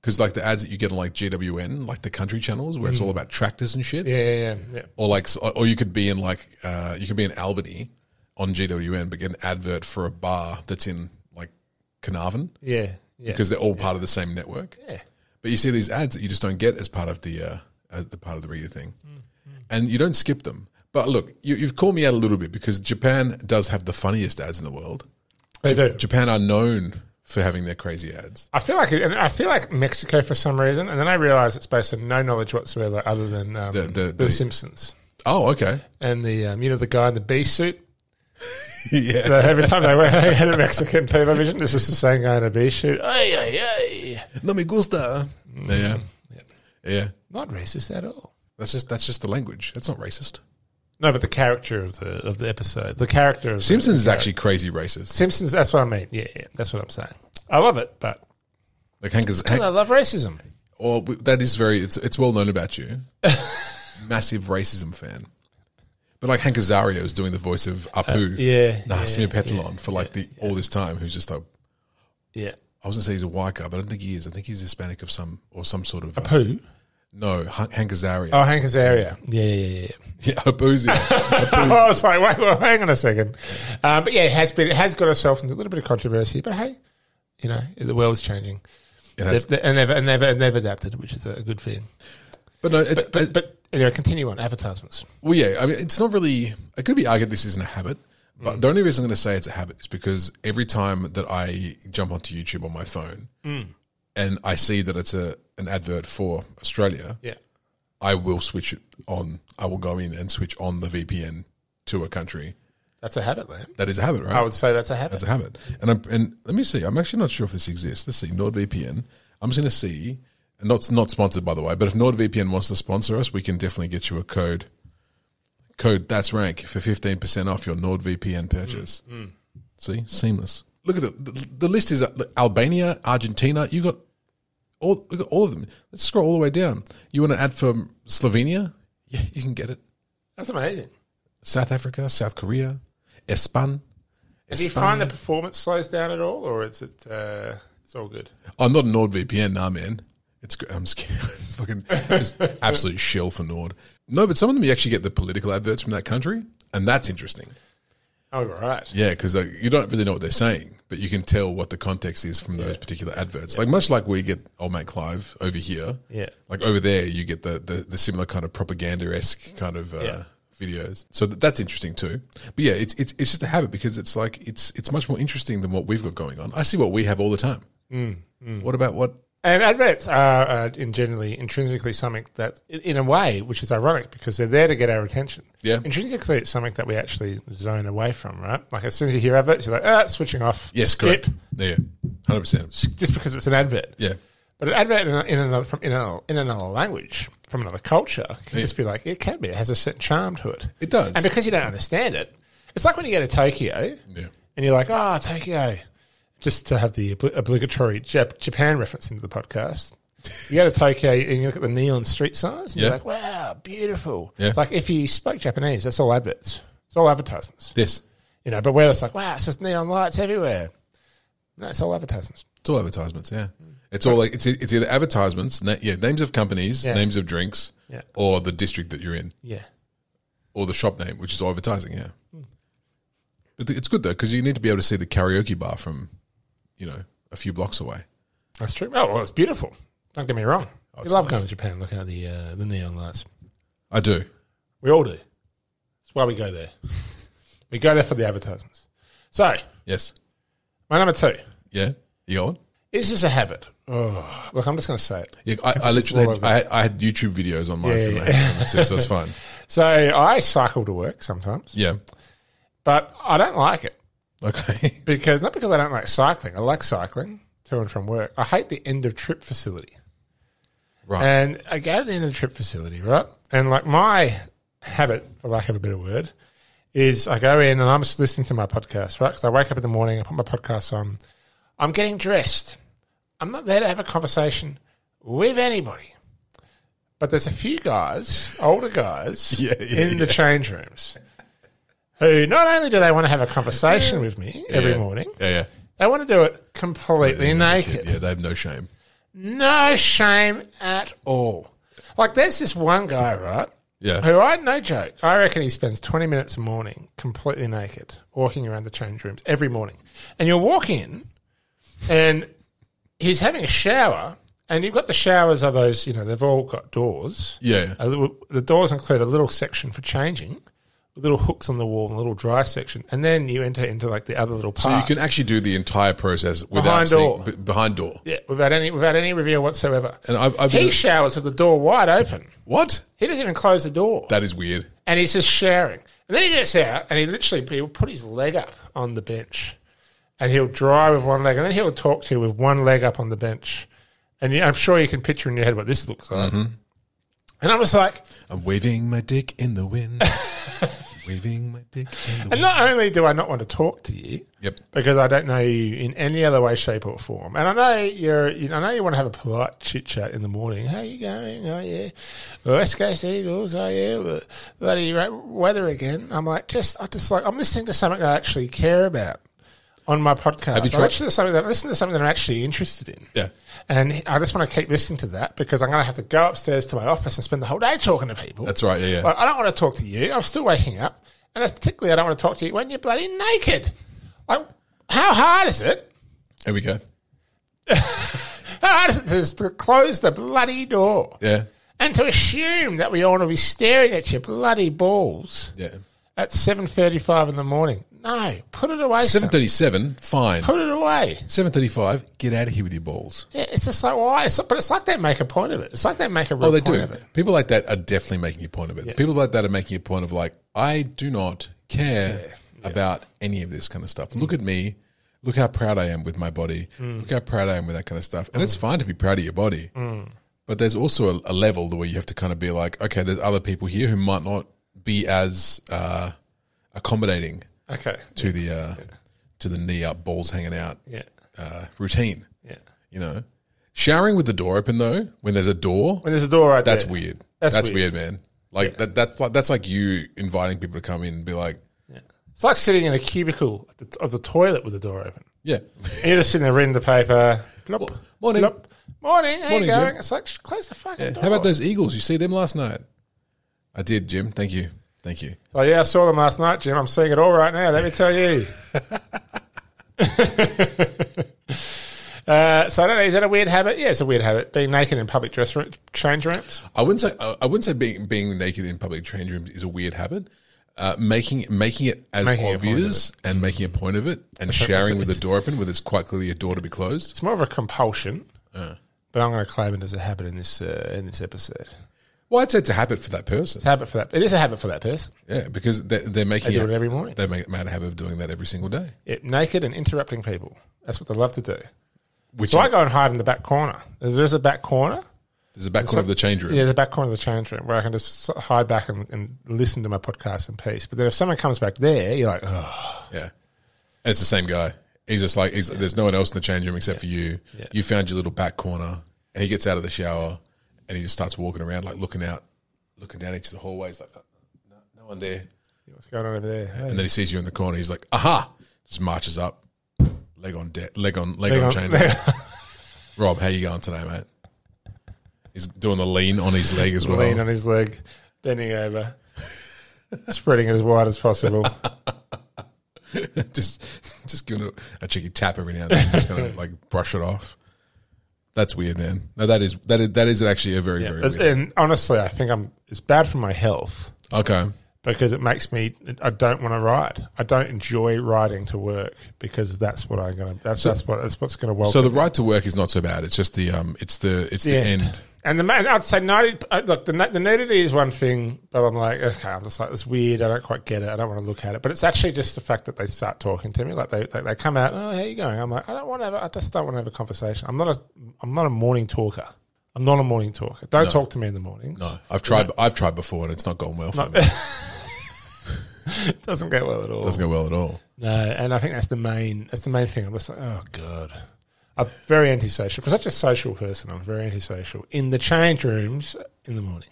Speaker 1: Because like the ads that you get on like GWN, like the country channels where it's all about tractors and shit,
Speaker 2: Yeah. Yeah. Yeah. yeah.
Speaker 1: or like or you could be in like uh, you could be in Albany on GWN, but get an advert for a bar that's in like Carnarvon
Speaker 2: Yeah. Yeah.
Speaker 1: because they're all part of the same network.
Speaker 2: yeah.
Speaker 1: But you see these ads that you just don't get as part of the uh, as the part of the regular thing,
Speaker 2: Mm-hmm.
Speaker 1: and you don't skip them. But look, you, you've called me out a little bit because Japan does have the funniest ads in the world.
Speaker 2: They do.
Speaker 1: Japan are known for having their crazy ads.
Speaker 2: I feel like it, and I feel like Mexico for some reason, and then I realize it's based on no knowledge whatsoever other than um, the,
Speaker 1: The- the- the-
Speaker 2: Simpsons
Speaker 1: Oh, okay,
Speaker 2: and the um, you know the guy in the bee suit.
Speaker 1: yeah.
Speaker 2: But every time they went they had a Mexican television, this is the same guy in a bee suit. Ay ay ay!
Speaker 1: No me gusta.
Speaker 2: Mm-hmm.
Speaker 1: Yeah, yeah.
Speaker 2: Not racist at all.
Speaker 1: That's just that's just the language. That's not racist.
Speaker 2: No, but the character of the of the episode, the character of
Speaker 1: Simpsons is
Speaker 2: the,
Speaker 1: actually crazy racist.
Speaker 2: Simpsons. That's what I mean. Yeah, yeah, that's what I'm saying. I love it, but
Speaker 1: Like Hank is,
Speaker 2: I
Speaker 1: Hank,
Speaker 2: love racism.
Speaker 1: or w- that is very. It's it's well known about you. Massive racism fan. But like Hank Azario is doing the voice of Apu.
Speaker 2: Uh, Yeah,
Speaker 1: Nasmir Petalon for like the all this time, who's just like
Speaker 2: yeah.
Speaker 1: I was gonna say he's a white guy, but I don't think he is. I think he's Hispanic of some or some sort of uh,
Speaker 2: Pooh.
Speaker 1: no Han- Hank Azaria.
Speaker 2: Oh, Hank Azaria. Yeah, yeah, yeah. yeah.
Speaker 1: yeah, Apu's-
Speaker 2: I was like, wait, well, hang on a second. Um, but yeah, it has been, it has got itself into a little bit of controversy. But hey, you know, the world's changing,
Speaker 1: It
Speaker 2: They've-
Speaker 1: has-
Speaker 2: they- and they've and they've, and they've adapted, which is a good thing.
Speaker 1: but no, it,
Speaker 2: But
Speaker 1: it-
Speaker 2: but anyway, continue on advertisements.
Speaker 1: well, yeah. I mean, it's not really. It could be argued this isn't a habit, but the only reason I'm gonna say it's a habit is because every time that I jump onto YouTube on my phone and I see that it's a an advert for Australia,
Speaker 2: Yeah,
Speaker 1: I will switch it on. I will go in and switch on the VPN to a country.
Speaker 2: that's a habit, man.
Speaker 1: That is a habit, right?
Speaker 2: I would say that's a habit.
Speaker 1: That's a habit. And I'm, and let me see. I'm actually not sure if this exists. Let's see. NordVPN. I'm just going to see. And not not sponsored by the way, but if NordVPN wants to sponsor us, we can definitely get you a code. Code that's rank for fifteen percent off your NordVPN purchase.
Speaker 2: Mm,
Speaker 1: See, seamless. Look at the, the the list is uh, look, Albania, Argentina. You got all look at all of them. Let's scroll all the way down. You want an ad from Slovenia? Yeah, you can get it.
Speaker 2: that's amazing.
Speaker 1: South Africa, South Korea, Espan.
Speaker 2: Do you find the performance slows down at all, or is it uh, it's all good?
Speaker 1: I'm not a NordVPN, nah, man. It's gr- I'm scared. fucking just absolute shell for Nord. No, but some of them you actually get the political adverts from that country, and that's interesting.
Speaker 2: Oh, right.
Speaker 1: Yeah, because you don't really know what they're saying, but you can tell what the context is from those particular adverts. Like much like we get old mate Clive over here,
Speaker 2: Yeah.
Speaker 1: Like over there, you get the the, the similar kind of propaganda esque kind of uh,
Speaker 2: Yeah.
Speaker 1: videos. So th- that's interesting too. But yeah, it's it's it's just a habit because it's like it's it's much more interesting than what we've got going on. I see what we have all the time.
Speaker 2: Mm,
Speaker 1: What about what
Speaker 2: And adverts are uh, in generally intrinsically something that, in- in a way, which is ironic because they're there to get our attention.
Speaker 1: Yeah.
Speaker 2: Intrinsically, it's something that we actually zone away from, right? Like as soon as you hear adverts, you're like, ah, switching off.
Speaker 1: Yes,
Speaker 2: skip,"
Speaker 1: correct. Yeah, hundred percent.
Speaker 2: Just because it's an advert.
Speaker 1: Yeah,
Speaker 2: But an advert in, a- in another from in another, in another language from another culture can just be like it can be. It has a certain charm to it,
Speaker 1: it does.
Speaker 2: and because you don't understand it, it's like when you go to Tokyo
Speaker 1: yeah,
Speaker 2: and you're like, oh, Tokyo. Just to have the obli- obligatory Jap- Japan reference into the podcast. You go to Tokyo and you look at the neon street signs and you're
Speaker 1: Yeah.
Speaker 2: like, wow, beautiful.
Speaker 1: Yeah.
Speaker 2: It's like if you spoke Japanese, that's all adverts. It's all advertisements.
Speaker 1: this
Speaker 2: You know, but where it's like, wow, it's just neon lights everywhere. No, it's all advertisements.
Speaker 1: it's all advertisements. Yeah, it's all like it's it's either advertisements, na- yeah, names of companies,
Speaker 2: Yeah.
Speaker 1: names of drinks,
Speaker 2: Yeah.
Speaker 1: or the district that you're in,
Speaker 2: Yeah.
Speaker 1: or the shop name, which is all advertising. Yeah, but th- it's good though because you need to be able to see the karaoke bar from, you know, a few blocks away.
Speaker 2: That's true. Oh, well, it's beautiful. Don't get me wrong. I
Speaker 1: Oh, it's
Speaker 2: love
Speaker 1: nice.
Speaker 2: going to Japan looking at the, uh, the neon lights.
Speaker 1: I do.
Speaker 2: We all do. That's why we go there. we go there for the advertisements. So,
Speaker 1: Yes.
Speaker 2: my number two.
Speaker 1: Yeah. You got one?
Speaker 2: It's just a habit. Oh, look, I'm just going to say it.
Speaker 1: Yeah, I, I literally
Speaker 2: all
Speaker 1: had, I, had, I had YouTube videos on my
Speaker 2: Yeah,
Speaker 1: phone,
Speaker 2: yeah,
Speaker 1: I had them too, so it's fine.
Speaker 2: So I cycle to work sometimes,
Speaker 1: Yeah.
Speaker 2: but I don't like it
Speaker 1: Okay.
Speaker 2: because not because I don't like cycling. I like cycling to and from work. I hate the end of trip facility.
Speaker 1: Right.
Speaker 2: And I go to the end of the trip facility, right? And like my habit, for lack of a better word, is I go in and I'm just listening to my podcast, right? Because I wake up in the morning, I put my podcast on. I'm getting dressed. I'm not there to have a conversation with anybody. But there's a few guys, older guys,
Speaker 1: Yeah, yeah,
Speaker 2: in the change rooms who not only do they want to have a conversation with me every
Speaker 1: Yeah.
Speaker 2: morning,
Speaker 1: Yeah. Yeah.
Speaker 2: they want to do it completely naked.
Speaker 1: Yeah. They have no shame.
Speaker 2: No shame at all. Like, there's this one guy, right?
Speaker 1: Yeah.
Speaker 2: Who I no joke. I reckon he spends twenty minutes a morning completely naked, walking around the change rooms every morning. And you'll walk in, and he's having a shower, and you've got the showers are those you know they've all got doors.
Speaker 1: Yeah.
Speaker 2: A little, the doors include a little section for changing, little hooks on the wall, and a little dry section, and then you enter into like the other little
Speaker 1: So you
Speaker 2: part.
Speaker 1: can actually do the entire process without
Speaker 2: Behind
Speaker 1: seeing-
Speaker 2: door.
Speaker 1: b- behind door.
Speaker 2: yeah, without any without any reveal whatsoever.
Speaker 1: And I've, I've
Speaker 2: he showers with the door wide open.
Speaker 1: what?
Speaker 2: He doesn't even close the door.
Speaker 1: That is weird.
Speaker 2: and he's just showering. And then he gets out and he literally he'll put his leg up on the bench and he'll dry with one leg and then he'll talk to you with one leg up on the bench. And you- I'm sure you can picture in your head what this looks like. And I was like,
Speaker 1: I'm waving my dick in the wind. waving my dick in the wind.
Speaker 2: and not only do I not want to talk to you,
Speaker 1: Yep.
Speaker 2: because I don't know you in any other way, shape, or form. And I know you're, you, I know you want to have a polite chit chat in the morning. How you going? Oh yeah, West Coast Eagles. Oh yeah, Well, bloody ra- weather again. I'm like, just, I just like, I'm listening to something I actually care about on my podcast.
Speaker 1: Have you
Speaker 2: I'm
Speaker 1: tried-
Speaker 2: listening to something that, listen to something that I'm actually interested in.
Speaker 1: Yeah.
Speaker 2: And I just want to keep listening to that because I'm going to have to go upstairs to my office and spend the whole day talking to people.
Speaker 1: That's right. Yeah. yeah.
Speaker 2: Like, I don't want to talk to you. I'm still waking up. And particularly, I don't want to talk to you when you're bloody naked. Like, how hard is it?
Speaker 1: Here we go.
Speaker 2: How hard is it to, just- to close the bloody door
Speaker 1: Yeah.
Speaker 2: and to assume that we all want to be staring at your bloody balls
Speaker 1: Yeah.
Speaker 2: at 7.35 in the morning? No, put it away. son.
Speaker 1: 737, fine.
Speaker 2: Put it away.
Speaker 1: 735, get out of here with your balls.
Speaker 2: Yeah, it's just like, why? It's, but it's like they make a point of it. It's like they make a real
Speaker 1: Oh, they
Speaker 2: point
Speaker 1: do.
Speaker 2: of it.
Speaker 1: People like that are definitely making a point of it. People like that are making a point of like, I do not care about any of this kind of
Speaker 2: Mm.
Speaker 1: stuff. Look at me. Look how proud I am with my body. Look how proud I am with that kind of stuff. And it's
Speaker 2: Mm.
Speaker 1: fine to be proud of your body. But there's also a, a level where you have to kind of be like, okay, there's other people here who might not be as uh, accommodating
Speaker 2: Okay.
Speaker 1: to the uh, to the knee up, balls hanging out
Speaker 2: Yeah.
Speaker 1: uh, routine.
Speaker 2: Yeah.
Speaker 1: You know, showering with the door open though, when there's a door,
Speaker 2: When there's a door right
Speaker 1: that's
Speaker 2: there.
Speaker 1: weird. That's,
Speaker 2: That's
Speaker 1: weird.
Speaker 2: weird.
Speaker 1: man. Like that. That's like that's like you inviting people to come in and be like,
Speaker 2: It's like sitting in a cubicle at the, of the toilet with the door open.
Speaker 1: yeah,
Speaker 2: And you're just sitting there reading the paper. Plop,
Speaker 1: morning.
Speaker 2: plop. Morning, how
Speaker 1: Morning,
Speaker 2: you going?
Speaker 1: Jim.
Speaker 2: It's like, "Shh, close the fucking door.
Speaker 1: How about those eagles? You see them last night? I did, Jim. Thank you. Thank you.
Speaker 2: Like, Oh, yeah, I saw them last night, Jim. I'm seeing it all right now, let me tell you. uh, so I don't know, is that a weird habit? Yeah, it's a weird habit, being naked in public dress room, change rooms.
Speaker 1: I wouldn't say I I wouldn't say being being naked in public change rooms is a weird habit. Uh, making making it as
Speaker 2: Making a point of
Speaker 1: obvious and making a point of it and sharing with the door open with it's quite clearly a door to be closed.
Speaker 2: It's more of a compulsion, but I'm going to claim it as a habit in this, uh, in this episode.
Speaker 1: Well, I'd say it's a habit for that person.
Speaker 2: It's a habit for that. It is a habit for that person.
Speaker 1: Yeah, because they're, they're making
Speaker 2: They do it every morning.
Speaker 1: They make made a habit of doing that every single day.
Speaker 2: Yeah, naked and interrupting people. That's what they love to do.
Speaker 1: Which
Speaker 2: So I go and hide in the back corner. There's, there's a back corner.
Speaker 1: is the back corner of the change room.
Speaker 2: Yeah, the back corner of the change room where I can just sort of hide back and, and listen to my podcast in peace. But then if someone comes back there, you're like, oh,
Speaker 1: Yeah. And it's the same guy. He's just like, he's, there's no one else in the change room except for you. You found your little back corner. And he gets out of the shower and he just starts walking around, like looking out, looking down into the hallways, like, "Uh, no, no one there.
Speaker 2: what's going on over there? Hey.
Speaker 1: And then he sees you in the corner. He's like, aha! Just marches up, leg on deck, leg on, leg, on,
Speaker 2: Hang on.
Speaker 1: change room. Rob, how you going today, mate? He's doing the lean on his leg as well.
Speaker 2: Lean on his leg, bending over, spreading it as wide as possible.
Speaker 1: just just giving it a cheeky tap every now and then, just kind of like brush it off. That's weird, man. No, that is that is that is actually a very very
Speaker 2: It's-
Speaker 1: weird.
Speaker 2: and honestly, I think I'm. It's bad for my health
Speaker 1: Okay,
Speaker 2: because it makes me. I don't want to ride. I don't enjoy riding to work because that's what I'm gonna. That's that's what that's what's gonna welcome.
Speaker 1: so the right to work is not so bad. It's just the um, it's the it's the
Speaker 2: end.
Speaker 1: end.
Speaker 2: And the man, I'd say ninety. uh, Look, the, nu- the nudity is one thing, but I'm like, okay, I'm just like, it's weird. I don't quite get it. I don't want to look at it. But it's actually just the fact that they start talking to me, like they they, they come out. Oh, how you going? I'm like, I don't want to. Have, a- I just don't want to have a conversation. I'm not a. I'm not a morning talker. I'm not a morning talker. Don't talk to me in the mornings.
Speaker 1: No, I've tried I've tried before and it's not gone well for me.
Speaker 2: it doesn't go well at all.
Speaker 1: Doesn't go well at all.
Speaker 2: No, and I think that's the main. That's the main thing. I'm just like, oh god. I'm very antisocial. For such a social person, I'm very antisocial. In the change rooms in the morning.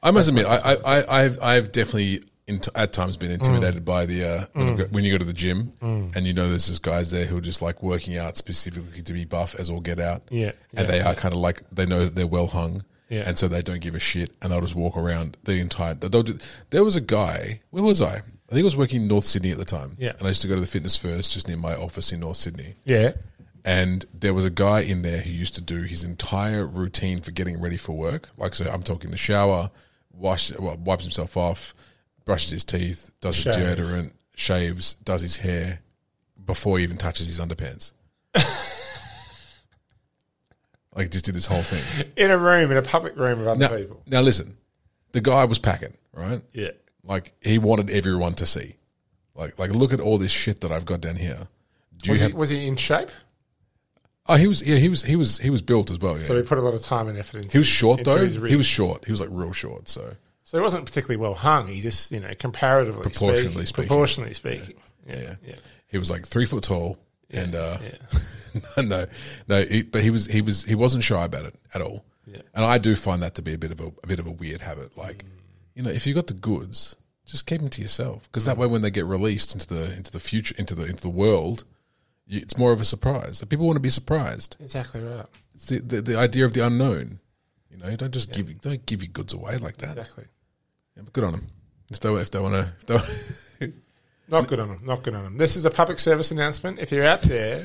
Speaker 1: I must admit, I, I, I, I've, I've definitely in at times been intimidated by the uh, when, I go,
Speaker 2: Mm.
Speaker 1: when you go to the gym and you know there's just guys there who are just like working out specifically to be buff as all get out.
Speaker 2: Yeah,
Speaker 1: and they are kind of like they know that they're well hung
Speaker 2: Yeah.
Speaker 1: and so they don't give a shit, and they'll just walk around the entire. They'll do, there was a guy. Where was I? I think I was working in North Sydney at the time.
Speaker 2: Yeah.
Speaker 1: and I used to go to the fitness first, just near my office in North Sydney.
Speaker 2: Yeah.
Speaker 1: And there was a guy in there who used to do his entire routine for getting ready for work. Like, so I'm talking the shower, wash, well, wipes himself off, brushes his teeth, does
Speaker 2: Shaves.
Speaker 1: his deodorant, shaves, does his hair before he even touches his underpants. like, just did this whole thing.
Speaker 2: In a room, in a public room of other
Speaker 1: Now,
Speaker 2: people.
Speaker 1: now, listen, the guy was packing, right?
Speaker 2: Yeah.
Speaker 1: Like, he wanted everyone to see. Like, like look at all this shit that I've got down here. Do you
Speaker 2: Was he,
Speaker 1: have?
Speaker 2: was he in shape?
Speaker 1: oh, he was. Yeah, he was. He was. He was built as well. Yeah.
Speaker 2: So he put a lot of time and effort into
Speaker 1: He was short
Speaker 2: into
Speaker 1: though.
Speaker 2: his rig.
Speaker 1: He was short. He was like real short. So
Speaker 2: So he wasn't particularly well hung. He just, you know, comparatively
Speaker 1: Proportionally speaking.
Speaker 2: Proportionally speaking. Yeah.
Speaker 1: yeah,
Speaker 2: Yeah.
Speaker 1: he was like three foot tall. And uh,
Speaker 2: Yeah.
Speaker 1: no, no, he, but he was he was he wasn't shy about it at all.
Speaker 2: Yeah.
Speaker 1: And I do find that to be a bit of a, a bit of a weird habit. Like, you know, if you got the goods, just keep them to yourself because that way, when they get released into the into the future into the into the world, you, it's more of a surprise. People want to be surprised.
Speaker 2: Exactly right.
Speaker 1: It's the, the the idea of the unknown. You know, don't just give don't give your goods away like that.
Speaker 2: Exactly.
Speaker 1: Yeah, but good on them if they if they want to. If they wanna,
Speaker 2: Not good on them. Not good on them. This is a public service announcement. If you're out there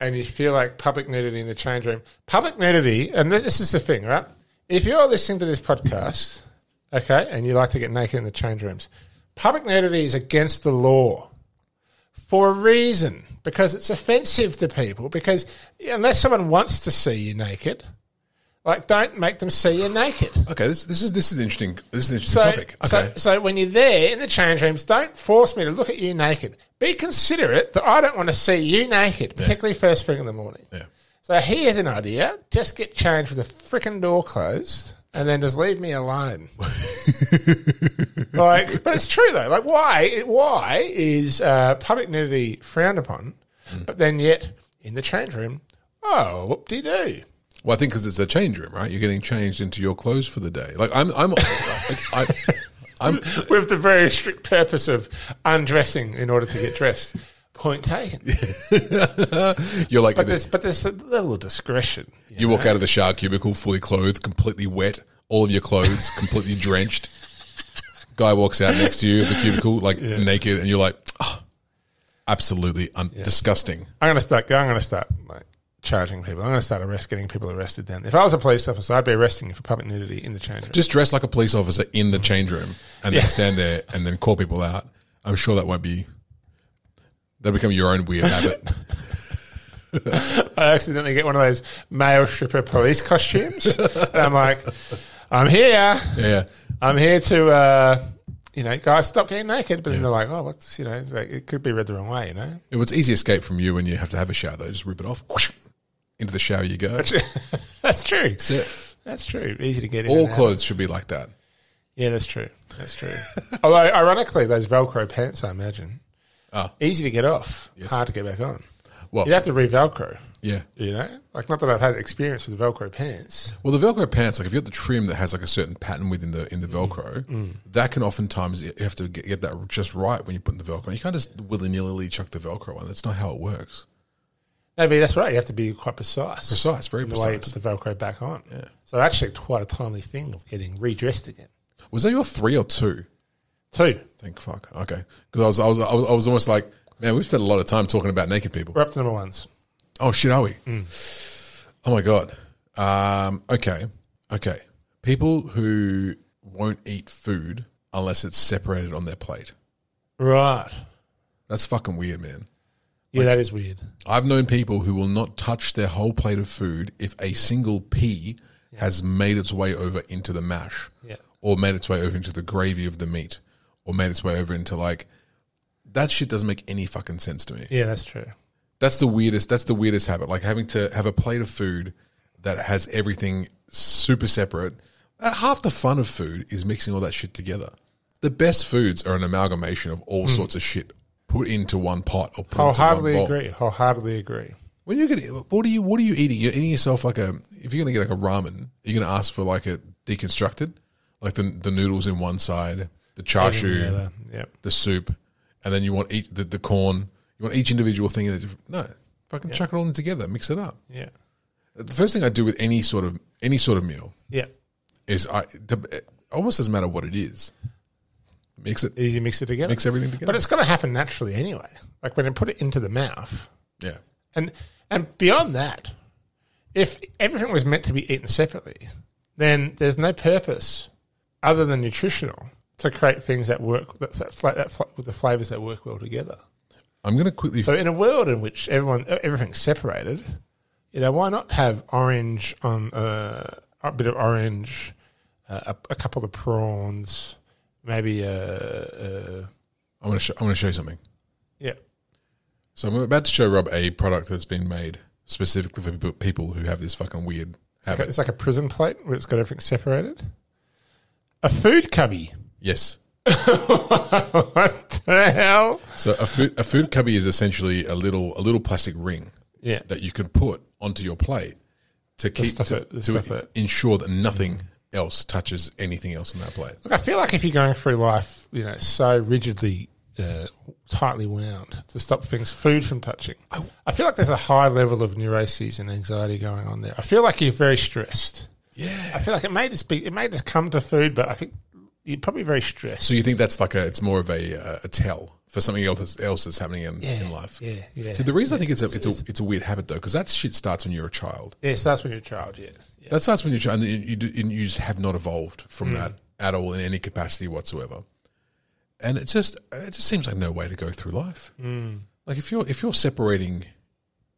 Speaker 2: and you feel like public nudity in the change room, public nudity, and th- this is the thing, right? If you're listening to this podcast, okay, and you like to get naked in the change rooms, public nudity is against the law for a reason because it's offensive to people. Because unless someone wants to see you naked, like don't make them see you naked.
Speaker 1: Okay, this, this is this is interesting. This is an interesting
Speaker 2: So,
Speaker 1: topic. Okay,
Speaker 2: so, so when you're there in the change rooms, don't force me to look at you naked. Be considerate that I don't want to see you naked, particularly first thing in the morning.
Speaker 1: yeah,
Speaker 2: So here's an idea: just get changed with the frickin' door closed, and then just leave me alone. like, but it's true though. Like, why? Why is uh, public nudity frowned upon,
Speaker 1: Hmm.
Speaker 2: but then yet in the change room, oh, whoop de doo.
Speaker 1: well, I think because it's a change room, right? You're getting changed into your clothes for the day. Like I'm, I'm, like, I, I'm.
Speaker 2: with the very strict purpose of undressing in order to get dressed. Point taken.
Speaker 1: You're like
Speaker 2: But there's but there's a little discretion.
Speaker 1: you walk out of the shower cubicle fully clothed, completely wet, all of your clothes completely drenched. Guy walks out next to you at the cubicle, like naked, and you're like, "Ah, absolutely un- disgusting.
Speaker 2: I'm gonna start. I'm gonna start like charging people. I'm gonna start arrest getting people arrested. Then, if I was a police officer, I'd be arresting you for public nudity in the change room.
Speaker 1: Just dress like a police officer in the change room and then stand there and then call people out. I'm sure that won't be. That'll become your own weird habit.
Speaker 2: I accidentally get one of those male stripper police costumes, and I'm like, I'm here.
Speaker 1: Yeah.
Speaker 2: I'm here to. Uh, you know, guys, stop getting naked. But then they're like, "Oh, what's you know?" it's Like, it could be read the wrong way. You know,
Speaker 1: It was easy escape from you when you have to have a shower though. Just rip it off. Whoosh, into the shower you go.
Speaker 2: that's true.
Speaker 1: That's it.
Speaker 2: That's true. Easy to get in.
Speaker 1: All
Speaker 2: and out.
Speaker 1: clothes should be like that.
Speaker 2: Yeah, that's true. That's true. Although, ironically, those Velcro pants, I imagine,
Speaker 1: Ah.
Speaker 2: easy to get off, hard to get back on.
Speaker 1: Well,
Speaker 2: You'd have to re Velcro,
Speaker 1: yeah.
Speaker 2: you know? Like, not that I've had experience with the Velcro pants.
Speaker 1: Well, the Velcro pants, like if you got the trim that has like a certain pattern within the in the
Speaker 2: Mm-hmm.
Speaker 1: Velcro,
Speaker 2: Mm.
Speaker 1: that can oftentimes you have to get, get that just right when you put in the Velcro. You can't just willy nilly chuck the Velcro on. That's not how it works.
Speaker 2: Maybe that's right. You have to be quite precise.
Speaker 1: Precise, very
Speaker 2: in The way you put
Speaker 1: precise.
Speaker 2: the Velcro back on. Yeah. So, actually, quite a timely thing of getting redressed again.
Speaker 1: Was that your three or two?
Speaker 2: Two,
Speaker 1: Thank fuck. Okay, because I was, I was I was I was almost like, man, we've spent a lot of time talking about naked people.
Speaker 2: we're up to number ones.
Speaker 1: Oh shit, are we? Oh my god. Um, okay, okay. People who won't eat food unless it's separated on their plate.
Speaker 2: Right.
Speaker 1: That's fucking weird, man.
Speaker 2: Yeah, that is weird.
Speaker 1: I've known people who will not touch their whole plate of food if a single pea has made its way over into the mash,
Speaker 2: Yeah.
Speaker 1: or made its way over into the gravy of the meat, or made its way over into like that shit doesn't make any fucking sense to me.
Speaker 2: Yeah, that's true.
Speaker 1: That's the weirdest. That's the weirdest habit. Like having to have a plate of food that has everything super separate. Uh, Half the fun of food is mixing all that shit together. The best foods are an amalgamation of all
Speaker 2: Hmm.
Speaker 1: sorts of shit put into one pot or put
Speaker 2: Wholeheartedly
Speaker 1: into one bowl.
Speaker 2: Oh, agree. Wholeheartedly agree.
Speaker 1: When you get, what are you what are you eating? You're eating yourself like a. If you're gonna get like a ramen, you're gonna ask for like a deconstructed, like the the noodles in one side, the chashu,
Speaker 2: Yeah. Yep.
Speaker 1: the soup, and then you want each the, the corn. You want each individual thing in a different. No, fucking chuck it all in together, mix it up.
Speaker 2: Yeah.
Speaker 1: The first thing I do with any sort of any sort of meal
Speaker 2: Yeah.
Speaker 1: is I it almost doesn't matter what it is. Mix it,
Speaker 2: You mix it together.
Speaker 1: mix everything
Speaker 2: But
Speaker 1: together.
Speaker 2: it's going to happen naturally anyway. Like when you put it into the mouth,
Speaker 1: yeah,
Speaker 2: and and beyond that, if everything was meant to be eaten separately, then there's no purpose other than nutritional to create things that work that, that, fla- that fla- with the flavors that work well together.
Speaker 1: I'm gonna quickly.
Speaker 2: So in a world in which everyone everything's separated, you know why not have orange on uh, a bit of orange, uh, a, a couple of prawns, maybe uh, a, a
Speaker 1: I'm gonna show, I'm gonna show you something.
Speaker 2: yeah
Speaker 1: So I'm about to show Rob a product that's been made specifically for pe- people who have this fucking weird
Speaker 2: It's got-
Speaker 1: habit.
Speaker 2: It's like a prison plate where it's got everything separated. A food cubby.
Speaker 1: Yes.
Speaker 2: what the hell?
Speaker 1: So a food a food cubby is essentially a little a little plastic ring
Speaker 2: Yeah.
Speaker 1: that you can put onto your plate to keep
Speaker 2: stuff
Speaker 1: to,
Speaker 2: it- to
Speaker 1: to
Speaker 2: stuff Mm-hmm. it.
Speaker 1: ensure that nothing else touches anything else on that plate.
Speaker 2: Look, I feel like if you're going through life, you know, so rigidly uh, tightly wound to stop things, food from touching, I feel like there's a high level of neuroses and anxiety going on there. I feel like you're very stressed.
Speaker 1: Yeah.
Speaker 2: I feel like it may just be, it may just come to food, but I think you're probably very stressed.
Speaker 1: So you think that's like a it's more of a uh, a tell for something else that's- else that's happening in, in life.
Speaker 2: Yeah, yeah.
Speaker 1: So the reason I think it's a it's a it's a weird habit though because that shit starts when you're a child.
Speaker 2: yes, that's when you're a child. Yeah, yeah.
Speaker 1: That starts when you're a child, and you you, do, and you just have not evolved from that at all in any capacity whatsoever. And it just it just seems like no way to go through life. Like if you're if you're separating,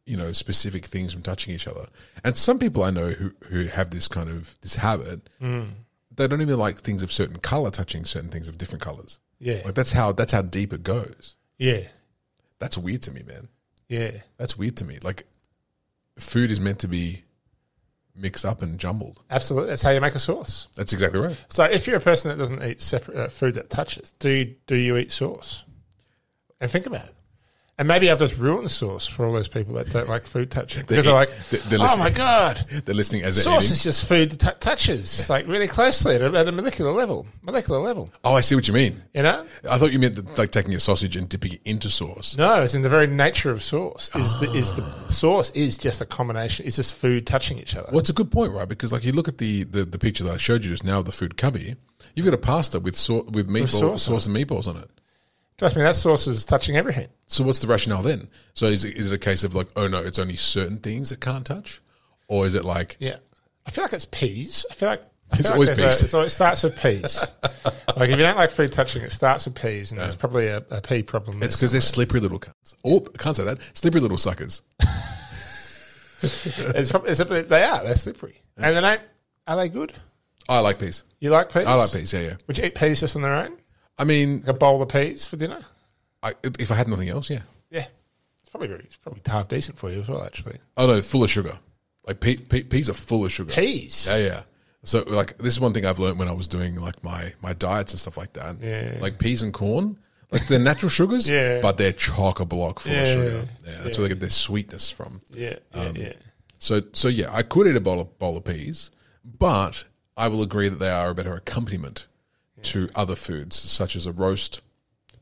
Speaker 1: you know, specific things from touching each other, and some people I know who who have this kind of this habit, they don't even like things of certain color touching certain things of different colors.
Speaker 2: Yeah.
Speaker 1: Like that's how that's how deep it goes.
Speaker 2: yeah,
Speaker 1: That's weird to me, man.
Speaker 2: yeah,
Speaker 1: That's weird to me. Like food is meant to be mixed up and jumbled.
Speaker 2: Absolutely. That's how you make a sauce.
Speaker 1: That's exactly right.
Speaker 2: So if you're a person that doesn't eat separate uh, food that touches, do you, do you eat sauce? And think about it. And maybe I've just ruined sauce for all those people that don't like food touching because they're like,
Speaker 1: they're- they're
Speaker 2: oh my
Speaker 1: listening.
Speaker 2: god,
Speaker 1: They're listening as they're
Speaker 2: sauce
Speaker 1: eating.
Speaker 2: is just food that t- touches like really closely at a, at a molecular level, molecular level.
Speaker 1: Oh, I see what you mean.
Speaker 2: You know?
Speaker 1: I thought you meant that, like taking a sausage and dipping it into sauce.
Speaker 2: No, it's in the very nature of sauce. Is the, is
Speaker 1: Oh.
Speaker 2: the sauce is just a combination? It's just food touching each other.
Speaker 1: Well, it's a good point, right? Because like you look at the, the, the picture that I showed you just now of the food cubby, you've got a pasta with sau with meatball
Speaker 2: sauce
Speaker 1: sauce, and meatballs on it.
Speaker 2: Trust me, that sauce is touching everything.
Speaker 1: So what's the rationale then? So is it, is it a case of like, oh no, it's only certain things that can't touch, or is it like
Speaker 2: Yeah. I feel like it's peas. I feel like I
Speaker 1: It's
Speaker 2: feel
Speaker 1: always
Speaker 2: like there's
Speaker 1: peas.
Speaker 2: A, so it starts with peas. like if you don't like food touching, it starts with peas, and there's probably a, a pea problem.
Speaker 1: It's because they're slippery little cunts. Oh, I can't say that. Slippery little suckers.
Speaker 2: there. it's probably, it's a, they are they're slippery, and they don't. Are they good?
Speaker 1: I like peas.
Speaker 2: You like peas?
Speaker 1: I like peas. Yeah, yeah.
Speaker 2: Would you eat peas just on their own?
Speaker 1: I mean,
Speaker 2: Like a bowl of peas for dinner?
Speaker 1: I, if I had nothing else, yeah.
Speaker 2: Yeah, it's probably very, it's probably half decent for you as well, actually.
Speaker 1: Oh no, full of sugar. Like pe- pe- peas are full of sugar.
Speaker 2: Peas.
Speaker 1: Yeah, yeah. So like, this is one thing I've learned when I was doing like my my diets and stuff like that.
Speaker 2: Yeah.
Speaker 1: Like peas and corn, like they're natural sugars.
Speaker 2: Yeah.
Speaker 1: But they're chock a block full of
Speaker 2: Yeah.
Speaker 1: sugar. Yeah. That's where they get their sweetness from.
Speaker 2: Yeah, yeah,
Speaker 1: Um,
Speaker 2: yeah.
Speaker 1: So so yeah, I could eat a bowl of, bowl of peas, but I will agree that they are a better accompaniment to other foods such as a roast,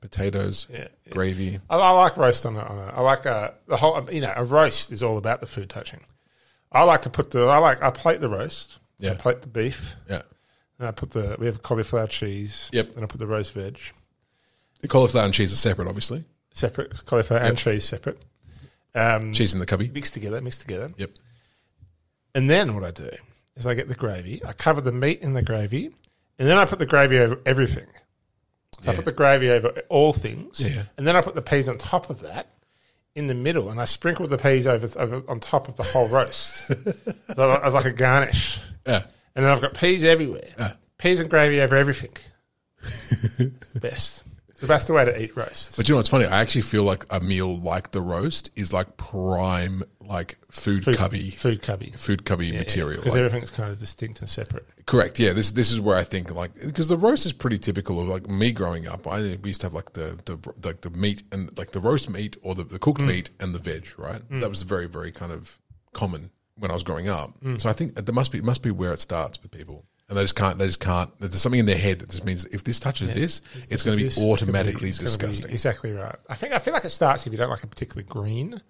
Speaker 1: potatoes,
Speaker 2: Yeah, yeah.
Speaker 1: gravy.
Speaker 2: I, I like roast on a, on a I like a, the whole. um, You know, a roast is all about the food touching. I like to put the. I like. I plate the roast. I
Speaker 1: Yeah.
Speaker 2: plate the beef.
Speaker 1: Yeah.
Speaker 2: And I put the we have cauliflower cheese.
Speaker 1: Yep.
Speaker 2: And I put the roast veg
Speaker 1: The cauliflower and cheese are separate, obviously.
Speaker 2: separate, cauliflower and cheese separate. Um,
Speaker 1: Cheese in the cubby.
Speaker 2: mixed together, mixed together.
Speaker 1: Yep.
Speaker 2: And then what I do is I get the gravy. I cover the meat in the gravy, and then I put the gravy over everything. So I
Speaker 1: Yeah.
Speaker 2: put the gravy over all things,
Speaker 1: Yeah.
Speaker 2: and then I put the peas on top of that. In the middle, and I sprinkle the peas over, over on top of the whole roast, so I- I was like a garnish.
Speaker 1: Yeah.
Speaker 2: And then I've got peas everywhere.
Speaker 1: Ah.
Speaker 2: Peas and gravy over everything. It's the best. It's the best way to eat roast.
Speaker 1: But you know what's funny? I actually feel like a meal like the roast is like prime like food, cubby
Speaker 2: Food cubby.
Speaker 1: food cubby material.
Speaker 2: Because
Speaker 1: Like,
Speaker 2: everything's kind of distinct and separate.
Speaker 1: correct. Yeah, this this is where I think like because the roast is pretty typical of like me growing up. I we used to have like the the like the meat and like the roast meat or the, the cooked meat and the veg, right? That was very very kind of common when I was growing up. So I think there must be it must be where it starts with people. And they just can't. They just can't. There's something in their head that just means if this touches this, it's going to be
Speaker 2: This could
Speaker 1: automatically
Speaker 2: it's gonna be
Speaker 1: disgusting.
Speaker 2: Exactly right. I think I feel like it starts if you don't like a particular green.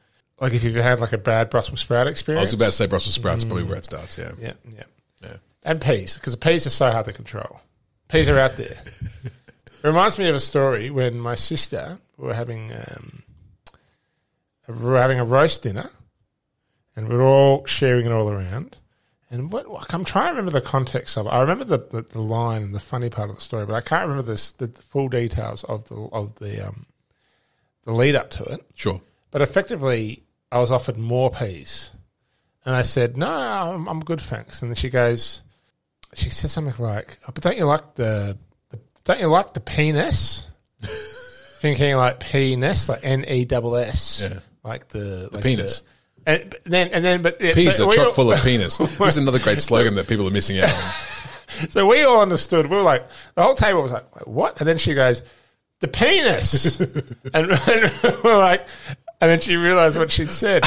Speaker 2: Like if you've had like a bad Brussels sprout
Speaker 1: I
Speaker 2: experience.
Speaker 1: was about to say Brussels sprouts,
Speaker 2: Mm.
Speaker 1: probably where it starts. Yeah.
Speaker 2: Yeah, yeah.
Speaker 1: Yeah.
Speaker 2: And peas, because peas are so hard to control. Peas are out there. it reminds me of a story when my sister we were having um, we were having a roast dinner, and we were all sharing it all around. And what like, I'm trying to remember the context of it. I remember the, the, the line and the funny part of the story, but I can't remember this, the, the full details of the of the um, the lead up to it.
Speaker 1: Sure.
Speaker 2: But effectively, I was offered more peas. And I said, no, I'm, I'm good, thanks. And then she goes, she says something like, oh, but don't you like the, the don't you like the penis? Thinking like penis, like N E double S,
Speaker 1: Yeah.
Speaker 2: like the, like
Speaker 1: penis.
Speaker 2: the- and but then, and then, but yeah,
Speaker 1: Peas
Speaker 2: so
Speaker 1: are
Speaker 2: we
Speaker 1: chock
Speaker 2: all-
Speaker 1: full of penis. this is another great slogan that people are missing out on.
Speaker 2: So we all understood. We were like, the whole table was like, Wait, what? And then she goes, the penis. and, and we're like, and then she realized what she'd said.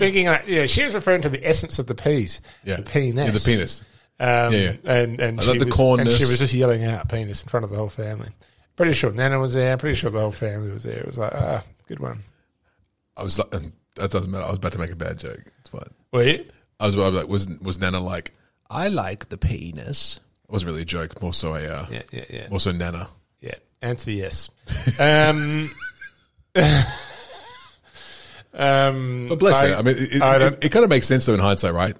Speaker 2: Thinking like, yeah, she was referring to the essence of the peas.
Speaker 1: Yeah.
Speaker 2: The penis.
Speaker 1: Yeah, the penis.
Speaker 2: Um,
Speaker 1: Yeah, yeah.
Speaker 2: And, and,
Speaker 1: I
Speaker 2: she
Speaker 1: love the
Speaker 2: was, and she
Speaker 1: cornness.
Speaker 2: was just yelling out penis in front of the whole family. Pretty sure Nana was there. Pretty sure the whole family was there. It was like, ah, good one.
Speaker 1: I was like, um, that doesn't matter. I was about to make a bad joke. It's fine.
Speaker 2: Were you?
Speaker 1: I was, I was like, was was Nana like? I like the penis. It wasn't really a joke. More so a uh,
Speaker 2: Yeah, yeah, yeah.
Speaker 1: more so Nana.
Speaker 2: Yeah. Answer yes. um, um,
Speaker 1: But bless her. I mean, it, it,
Speaker 2: I
Speaker 1: it,
Speaker 2: don't-
Speaker 1: kind of makes sense though in hindsight, right?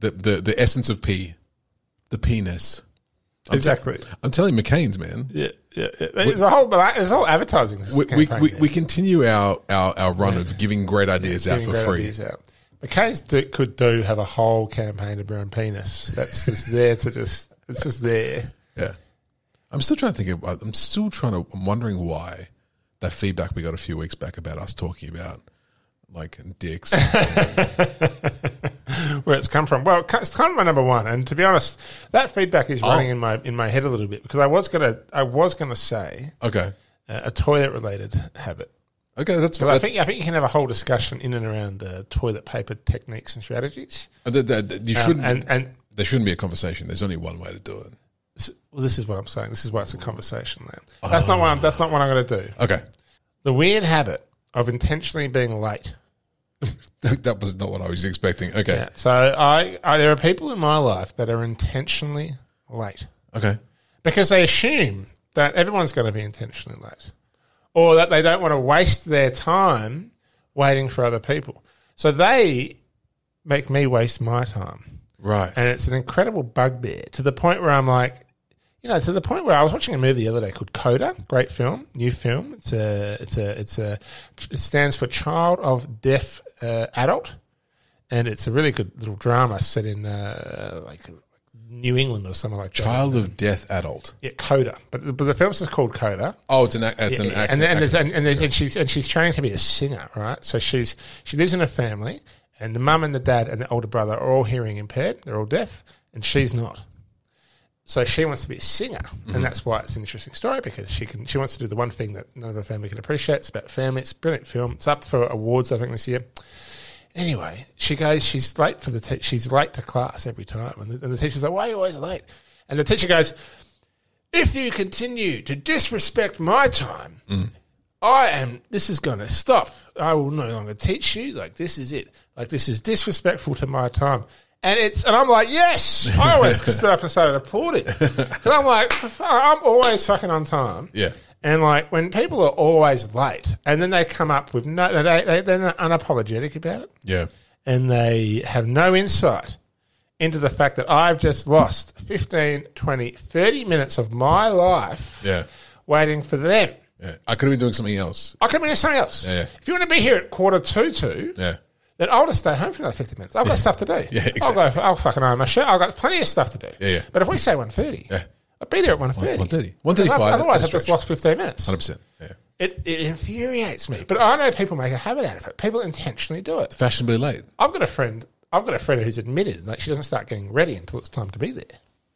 Speaker 1: The the the essence of pee, the penis. I'm te-
Speaker 2: Exactly.
Speaker 1: I'm telling you, McCain's man.
Speaker 2: yeah, yeah, yeah. There's a whole, there's a whole advertising
Speaker 1: We, we,
Speaker 2: campaign
Speaker 1: we,
Speaker 2: there.
Speaker 1: we continue our, our, our run of giving great ideas out
Speaker 2: Giving
Speaker 1: for
Speaker 2: great
Speaker 1: free.
Speaker 2: ideas out. But Keynes do, could do have a whole campaign of brown penis. That's just there to just, it's just there.
Speaker 1: Yeah. I'm still trying to think about, I'm still trying to, I'm wondering why that feedback we got a few weeks back about us talking about like dicks.
Speaker 2: where it's come from. Well, it's come from my number one, and to be honest, that feedback is running
Speaker 1: Oh.
Speaker 2: in my in my head a little bit because I was gonna I was gonna say
Speaker 1: okay.
Speaker 2: uh, a toilet related habit.
Speaker 1: Okay. That's
Speaker 2: But I
Speaker 1: fine.
Speaker 2: think I think you can have a whole discussion in and around uh, toilet paper techniques and strategies.
Speaker 1: That, that, that you
Speaker 2: Um,
Speaker 1: shouldn't,
Speaker 2: and and
Speaker 1: there shouldn't be a conversation. There's only one way to do it.
Speaker 2: s- well, this is what I'm saying. This is why it's a conversation. Now. That's not what I'm, that's not what I'm going to do.
Speaker 1: Okay.
Speaker 2: The weird habit of intentionally being late.
Speaker 1: That, that was not what I was expecting. Okay.
Speaker 2: Yeah. So I, I there are people in my life that are intentionally late
Speaker 1: Okay.
Speaker 2: because they assume that everyone's going to be intentionally late, or that they don't want to waste their time waiting for other people. So they make me waste my time.
Speaker 1: Right.
Speaker 2: and it's an incredible bugbear to the point where I'm like, you know, to the point where I was watching a movie the other day called Coda, great film, new film. It's a, it's a, it's a, it stands for Child of Deaf uh, Adult, and it's a really good little drama set in uh, like New England or somewhere like that.
Speaker 1: Child of death adult.
Speaker 2: Yeah, Coda, but but the film's just called Coda,
Speaker 1: Oh, it's an, ac- it's an
Speaker 2: yeah,
Speaker 1: act.
Speaker 2: and then, and, there's, and, and, there's, and she's and she's training to be a singer, right? So she's she lives in a family, and the mum and the dad and the older brother are all hearing impaired, they're all deaf, and she's not. So she wants to be a singer,
Speaker 1: Mm-hmm.
Speaker 2: and that's why it's an interesting story because she can she wants to do the one thing that none of her family can appreciate. It's about family. It's a brilliant film. It's up for awards, I think, this year. Anyway, she goes. She's late for the. Te- she's late to class every time, and the, and the teacher's like, "Why are you always late?" And the teacher goes, "If you continue to disrespect my time, I am. This is going to stop. I will no longer teach you. Like this is it. Like this is disrespectful to my time." And it's and I'm like, "Yes!" I always stood up and started applauding. 'Cause I'm like, "I'm always fucking on time."
Speaker 1: yeah.
Speaker 2: And like when people are always late, and then they come up with no, they, they they're not unapologetic about it,
Speaker 1: Yeah.
Speaker 2: and they have no insight into the fact that I've just lost 15, 20, 30 minutes of my life
Speaker 1: Yeah.
Speaker 2: waiting for them.
Speaker 1: Yeah. I could have been doing something else.
Speaker 2: I could be doing something else.
Speaker 1: yeah.
Speaker 2: If you want to be here at quarter to two,
Speaker 1: Yeah.
Speaker 2: then I'll just stay home for another 50 minutes. I've got stuff to do.
Speaker 1: Yeah,
Speaker 2: I'll go, I'll fucking iron my shirt. I've got plenty of stuff to do.
Speaker 1: Yeah, yeah.
Speaker 2: But if we say 1.30,
Speaker 1: Yeah.
Speaker 2: I'd be there at 1.30.
Speaker 1: 1:30. 1:35,
Speaker 2: Otherwise,
Speaker 1: that's
Speaker 2: I've just
Speaker 1: stretch.
Speaker 2: lost 15 minutes.
Speaker 1: 100%. Yeah.
Speaker 2: It, it infuriates me. But I know people make a habit out of it. People intentionally do it.
Speaker 1: Fashionably late.
Speaker 2: I've got a friend. I've got a friend who's admitted like she doesn't start getting ready until it's time to be there.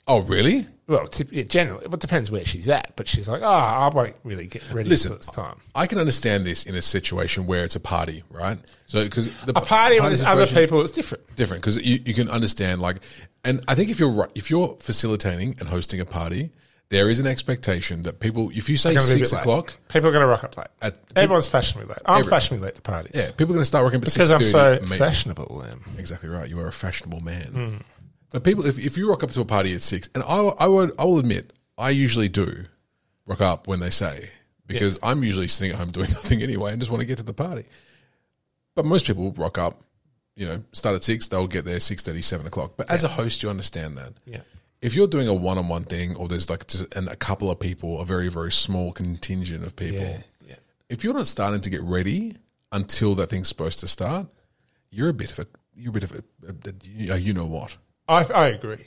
Speaker 1: Oh, really?
Speaker 2: Well, t- yeah, generally, it depends where she's at. But she's like, oh, I won't really get ready
Speaker 1: Listen,
Speaker 2: until it's time.
Speaker 1: I can understand this in a situation where it's a party, right? So because the
Speaker 2: A party when there's other people, it's different.
Speaker 1: different because you, you can understand like, and I think if you're ru- if you're facilitating and hosting a party, there is an expectation that people, if you say
Speaker 2: Gonna be a
Speaker 1: six
Speaker 2: bit late.
Speaker 1: o'clock,
Speaker 2: People are going to rock up late.
Speaker 1: At-
Speaker 2: Everyone's fashionably late. I'm
Speaker 1: Every-
Speaker 2: fashionably late to parties.
Speaker 1: yeah, people are going to start working at
Speaker 2: Because
Speaker 1: six
Speaker 2: I'm so
Speaker 1: thirty.
Speaker 2: fashionable, Liam.
Speaker 1: Exactly right. You are a fashionable man.
Speaker 2: Hmm.
Speaker 1: But people, if, if you rock up to a party at six, and I, I would, I will admit, I usually do rock up when they say because I'm usually sitting at home doing nothing anyway and just want to get to the party. But most people rock up, you know, start at six, they'll get there six thirty, seven o'clock. But as a host, you understand that.
Speaker 2: Yeah.
Speaker 1: If you're doing a one-on-one thing, or there's like just an, a couple of people, a very very small contingent of people,
Speaker 2: Yeah. yeah.
Speaker 1: if you're not starting to get ready until that thing's supposed to start, you're a bit of a you're a bit of a, a, a you know what?
Speaker 2: I, I agree.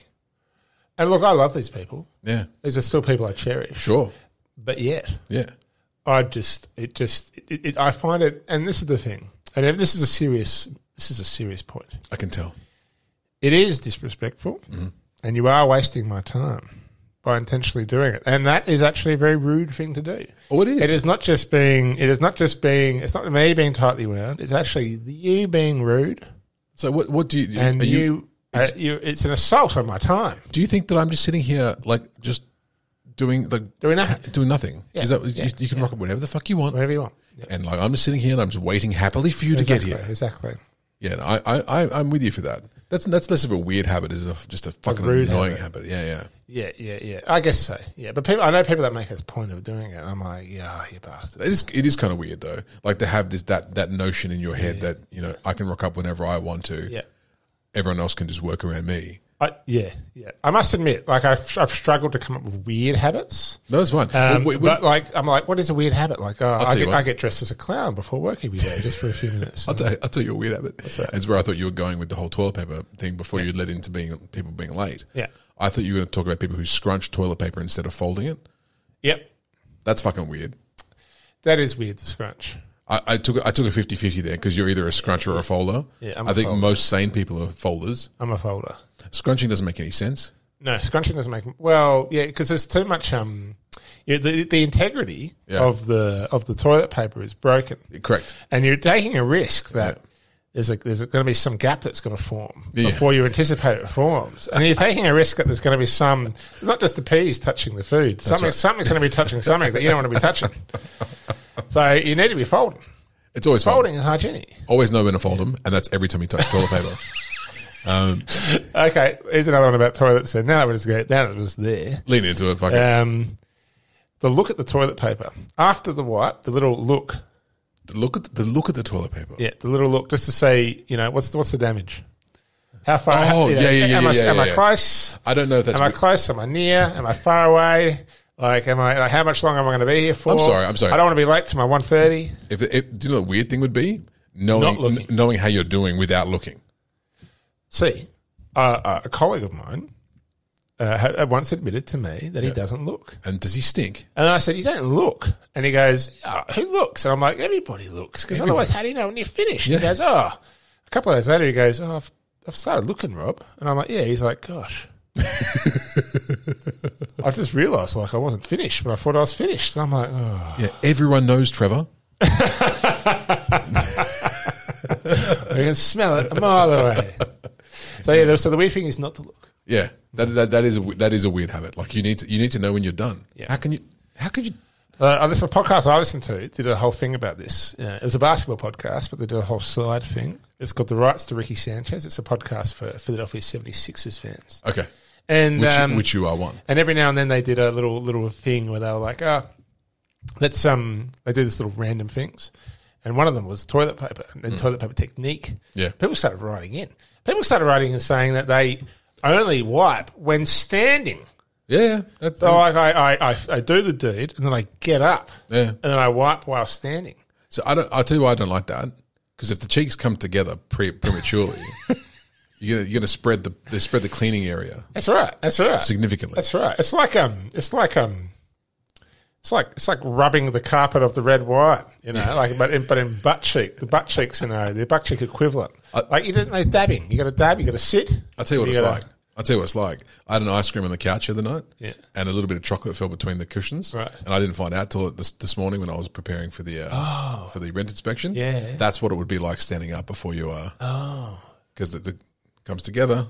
Speaker 2: And look, I love these people.
Speaker 1: Yeah,
Speaker 2: These are still people I cherish.
Speaker 1: sure,
Speaker 2: But yet,
Speaker 1: yeah,
Speaker 2: I just, it just, it, it, I find it, and this is the thing, and if this is a serious, this is a serious point.
Speaker 1: I can tell.
Speaker 2: It is disrespectful, and you are wasting my time by intentionally doing it. And that is actually a very rude thing to do.
Speaker 1: Oh, it is.
Speaker 2: It is not just being, it is not just being, it's not me being tightly wound, it's actually you being rude,
Speaker 1: So what what do you
Speaker 2: and
Speaker 1: are
Speaker 2: you,
Speaker 1: you,
Speaker 2: uh, you, it's an assault on my time.
Speaker 1: do you think that I'm just sitting here like just doing like
Speaker 2: Doing nothing.
Speaker 1: ha- doing nothing?
Speaker 2: Yeah,
Speaker 1: Is that you-
Speaker 2: yeah,
Speaker 1: you, can rock it whatever the fuck you want,
Speaker 2: Whatever you want.
Speaker 1: and like I'm just sitting here and I'm just waiting happily for you to
Speaker 2: exactly,
Speaker 1: get here.
Speaker 2: Exactly.
Speaker 1: Yeah, no, I, I I I'm with you for that. That's that's less of a weird habit, is a, just a fucking
Speaker 2: rude
Speaker 1: annoying habit. Yeah, yeah.
Speaker 2: Yeah, yeah, yeah. I guess so. Yeah, but people, I know people that make a point of doing it. and I'm like, yeah, you bastard.
Speaker 1: It is, it is kind of weird though, like to have this that that notion in your head that you know I can rock up whenever I want to.
Speaker 2: Yeah,
Speaker 1: Everyone else can just work around me.
Speaker 2: I, yeah, yeah. I must admit, like I've, I've struggled to come up with weird habits.
Speaker 1: No, that's fine.
Speaker 2: Um,
Speaker 1: We- we-
Speaker 2: but like, I'm like, what is a weird habit? Like, oh, I
Speaker 1: tell you
Speaker 2: get,
Speaker 1: what.
Speaker 2: I get dressed as a clown before work every day just for a few minutes.
Speaker 1: I'll, tell, I'll tell you a weird habit. It's where I thought you were going with the whole toilet paper thing before you led into being people being late.
Speaker 2: Yeah.
Speaker 1: I thought you were going to talk about people who scrunch toilet paper instead of folding it.
Speaker 2: yep,
Speaker 1: That's fucking weird.
Speaker 2: that is weird. The scrunch.
Speaker 1: I, I took I took a 50-50 there because you're either a scruncher or a folder.
Speaker 2: Yeah, I'm
Speaker 1: I
Speaker 2: a
Speaker 1: think
Speaker 2: folder.
Speaker 1: most sane people are folders.
Speaker 2: I'm a folder.
Speaker 1: Scrunching doesn't make any sense.
Speaker 2: No, scrunching doesn't make well. Yeah, because there's too much. Um, yeah, the the integrity
Speaker 1: Yeah.
Speaker 2: of the of the toilet paper is broken.
Speaker 1: Correct.
Speaker 2: and you're taking a risk that there's a, there's going to be some gap that's going to form
Speaker 1: Yeah.
Speaker 2: before you anticipate it forms, and you're taking a risk that there's going to be some not just the peas touching the food, something
Speaker 1: right.
Speaker 2: something's going to be touching something that you don't want to be touching. So you need to be folding.
Speaker 1: It's always folding.
Speaker 2: Folding is hygienic.
Speaker 1: Always know when to fold them, and that's every time you touch toilet paper.
Speaker 2: Okay, here's another one about toilets. So now that was go now that it was there.
Speaker 1: Lean into it. Fuck it.
Speaker 2: Um, the look at the toilet paper after the wipe, the little look,
Speaker 1: The look at the, the look at the toilet paper.
Speaker 2: yeah, the little look, just to say, you know, what's the, what's the damage? How far?
Speaker 1: Oh,
Speaker 2: you know,
Speaker 1: yeah, yeah, yeah,
Speaker 2: Am I,
Speaker 1: yeah,
Speaker 2: am
Speaker 1: yeah,
Speaker 2: I
Speaker 1: yeah.
Speaker 2: close?
Speaker 1: I don't know if that's.
Speaker 2: Am I close? Am I near? Am I far away? Like, am I? Like, how much longer am I going to be here for?
Speaker 1: I'm sorry, I'm sorry.
Speaker 2: I don't want to be late to my one thirty.
Speaker 1: If, if do you know what the weird thing would be knowing
Speaker 2: Not looking.
Speaker 1: kn- knowing how you're doing without looking.
Speaker 2: See, uh, uh, a colleague of mine uh, had, had once admitted to me that he doesn't look,
Speaker 1: And does he stink?
Speaker 2: and I said, "You don't look." And he goes, oh, "Who looks?" And I'm like, "Everybody looks, because otherwise, how do you know when you're finished?" He goes, "Oh." A couple of days later, he goes, "Oh, I've, I've started looking, Rob," and I'm like, "Yeah." He's like, "Gosh." I just realised like I wasn't finished, but I thought I was finished. And I'm like, oh.
Speaker 1: Yeah, everyone knows Trevor.
Speaker 2: I can smell it a mile away. So yeah, the- so the weird thing is not to look.
Speaker 1: Yeah, that, that, that is a, we- that is a weird habit. Like you need to you need to know when you're done.
Speaker 2: Yeah.
Speaker 1: How can you? How could you?
Speaker 2: Uh, I listened, a podcast I listened to did a whole thing about this. Yeah, it was a basketball podcast, but they did a whole side thing. It's called The Rights to Ricky Sanchez. It's a podcast for Philadelphia 76ers fans.
Speaker 1: Okay,
Speaker 2: And
Speaker 1: which,
Speaker 2: um,
Speaker 1: which you are one.
Speaker 2: and every now and then they did a little little thing where they were like, ah, let's um they do this little random things. And one of them was toilet paper and toilet paper technique.
Speaker 1: Mm. Yeah.
Speaker 2: People started writing in. People started writing and saying that they only wipe when standing.
Speaker 1: Yeah, yeah, that,
Speaker 2: So like I, I, I, I do the deed and then I get up
Speaker 1: yeah.
Speaker 2: and then I wipe while standing.
Speaker 1: So I don't. I'll tell you why I don't like that because if the cheeks come together pre, prematurely, you're gonna, you're gonna spread the they spread the cleaning area
Speaker 2: That's right. That's right.
Speaker 1: significantly.
Speaker 2: That's right. It's like um it's like um it's like it's like rubbing the carpet of the red wine, you know, like but in but in butt cheek, the butt cheek scenario, the butt cheek equivalent. like you didn't know dabbing. You gotta dab, you gotta sit.
Speaker 1: I'll tell you what it's
Speaker 2: gotta-
Speaker 1: like. I'll tell you what it's like. I had an ice cream on the couch the other night,
Speaker 2: Yeah.
Speaker 1: and a little bit of chocolate fell between the cushions,
Speaker 2: Right.
Speaker 1: and I didn't find out till this, this morning when I was preparing for the uh, for the rent inspection.
Speaker 2: Oh. Yeah.
Speaker 1: that's what it would be like standing up before you are, because it, it comes together,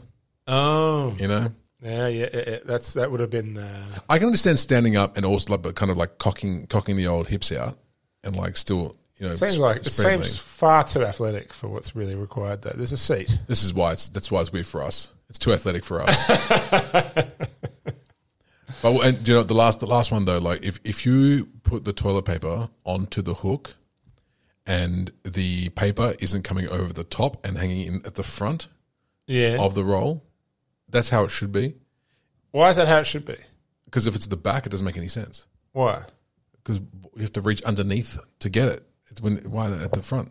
Speaker 2: Oh.
Speaker 1: you know.
Speaker 2: Yeah, yeah, yeah, yeah. That's that would have been. Uh,
Speaker 1: I can understand standing up and also like, but kind of like cocking cocking the old hips out and like still you know
Speaker 2: seems
Speaker 1: sp-
Speaker 2: like it
Speaker 1: spread
Speaker 2: seems
Speaker 1: legs.
Speaker 2: far too athletic for what's really required. Though there's a seat.
Speaker 1: This is why it's that's why it's weird for us. It's too athletic for us. but and do you know the last the last one though, like if if you put the toilet paper onto the hook, and the paper isn't coming over the top and hanging in at the front
Speaker 2: Yeah.
Speaker 1: of the roll, that's how it should be.
Speaker 2: Why is that how it should be?
Speaker 1: Because if it's at the back, it doesn't make any sense.
Speaker 2: Why?
Speaker 1: Because you have to reach underneath to get it. It's when why not at the front?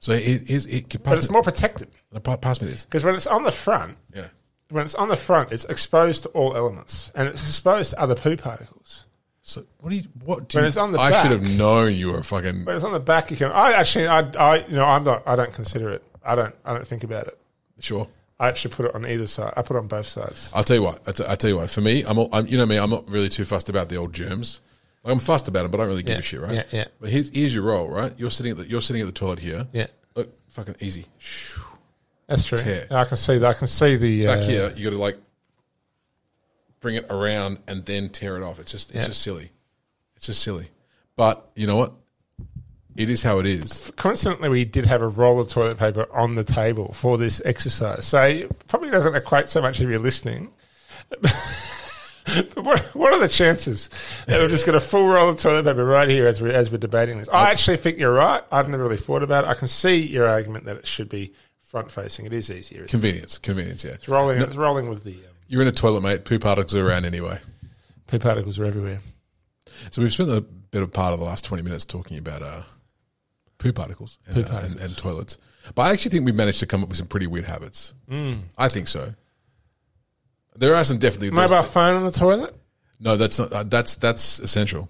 Speaker 1: So it is it, it
Speaker 2: But
Speaker 1: pass,
Speaker 2: it's more protected
Speaker 1: me, pa- pass me this.
Speaker 2: because when it's on the front,
Speaker 1: Yeah.
Speaker 2: when it's on the front, it's exposed to all elements and it's exposed to other poo particles.
Speaker 1: So what do you what do
Speaker 2: When
Speaker 1: you,
Speaker 2: it's on the
Speaker 1: I should
Speaker 2: back-
Speaker 1: have known you were a fucking
Speaker 2: When it's on the back, you can. I actually, I, I, you know, I'm not. I don't consider it. I don't. I don't think about it.
Speaker 1: sure.
Speaker 2: I actually put it on either side. I put it on both sides.
Speaker 1: I'll tell you what. I t- I'll tell you what. For me, I'm, all, I'm you know me. I'm not really too fussed about the old germs. Like I'm fussed about them, but I don't really give
Speaker 2: Yeah,
Speaker 1: a shit, right?
Speaker 2: yeah, yeah.
Speaker 1: But here's, here's your role, right? You're sitting at the, you're sitting at the toilet here.
Speaker 2: Yeah,
Speaker 1: Look, fucking easy. Shoo.
Speaker 2: that's true.
Speaker 1: Tear.
Speaker 2: I can see that. I can see the uh,
Speaker 1: Back here, you got to like bring it around and then tear it off. It's just it's
Speaker 2: Yeah.
Speaker 1: just silly. It's just silly. But you know what? It is how it is.
Speaker 2: Coincidentally, we did have a roll of toilet paper on the table for this exercise, so it probably doesn't equate so much if you're listening. but what, what are the chances that we've just got a full roll of toilet paper right here as we're as we're debating this? I actually think you're right. I've never really thought about it. I can see your argument that it should be front facing. It is easier. It's
Speaker 1: Convenience, convenience. Yeah,
Speaker 2: rolling. It's rolling with the. Um,
Speaker 1: you're in a toilet, mate. Poo particles are around anyway.
Speaker 2: poo particles are everywhere.
Speaker 1: So we've spent a better part of the last 20 minutes talking about uh, poo particles, and, uh, and, and toilets. But I actually think we've managed to come up with some pretty weird habits. Mm. I think so. There are some definitely. there's-
Speaker 2: Mobile phone on the toilet.
Speaker 1: No, that's not. Uh, that's that's essential.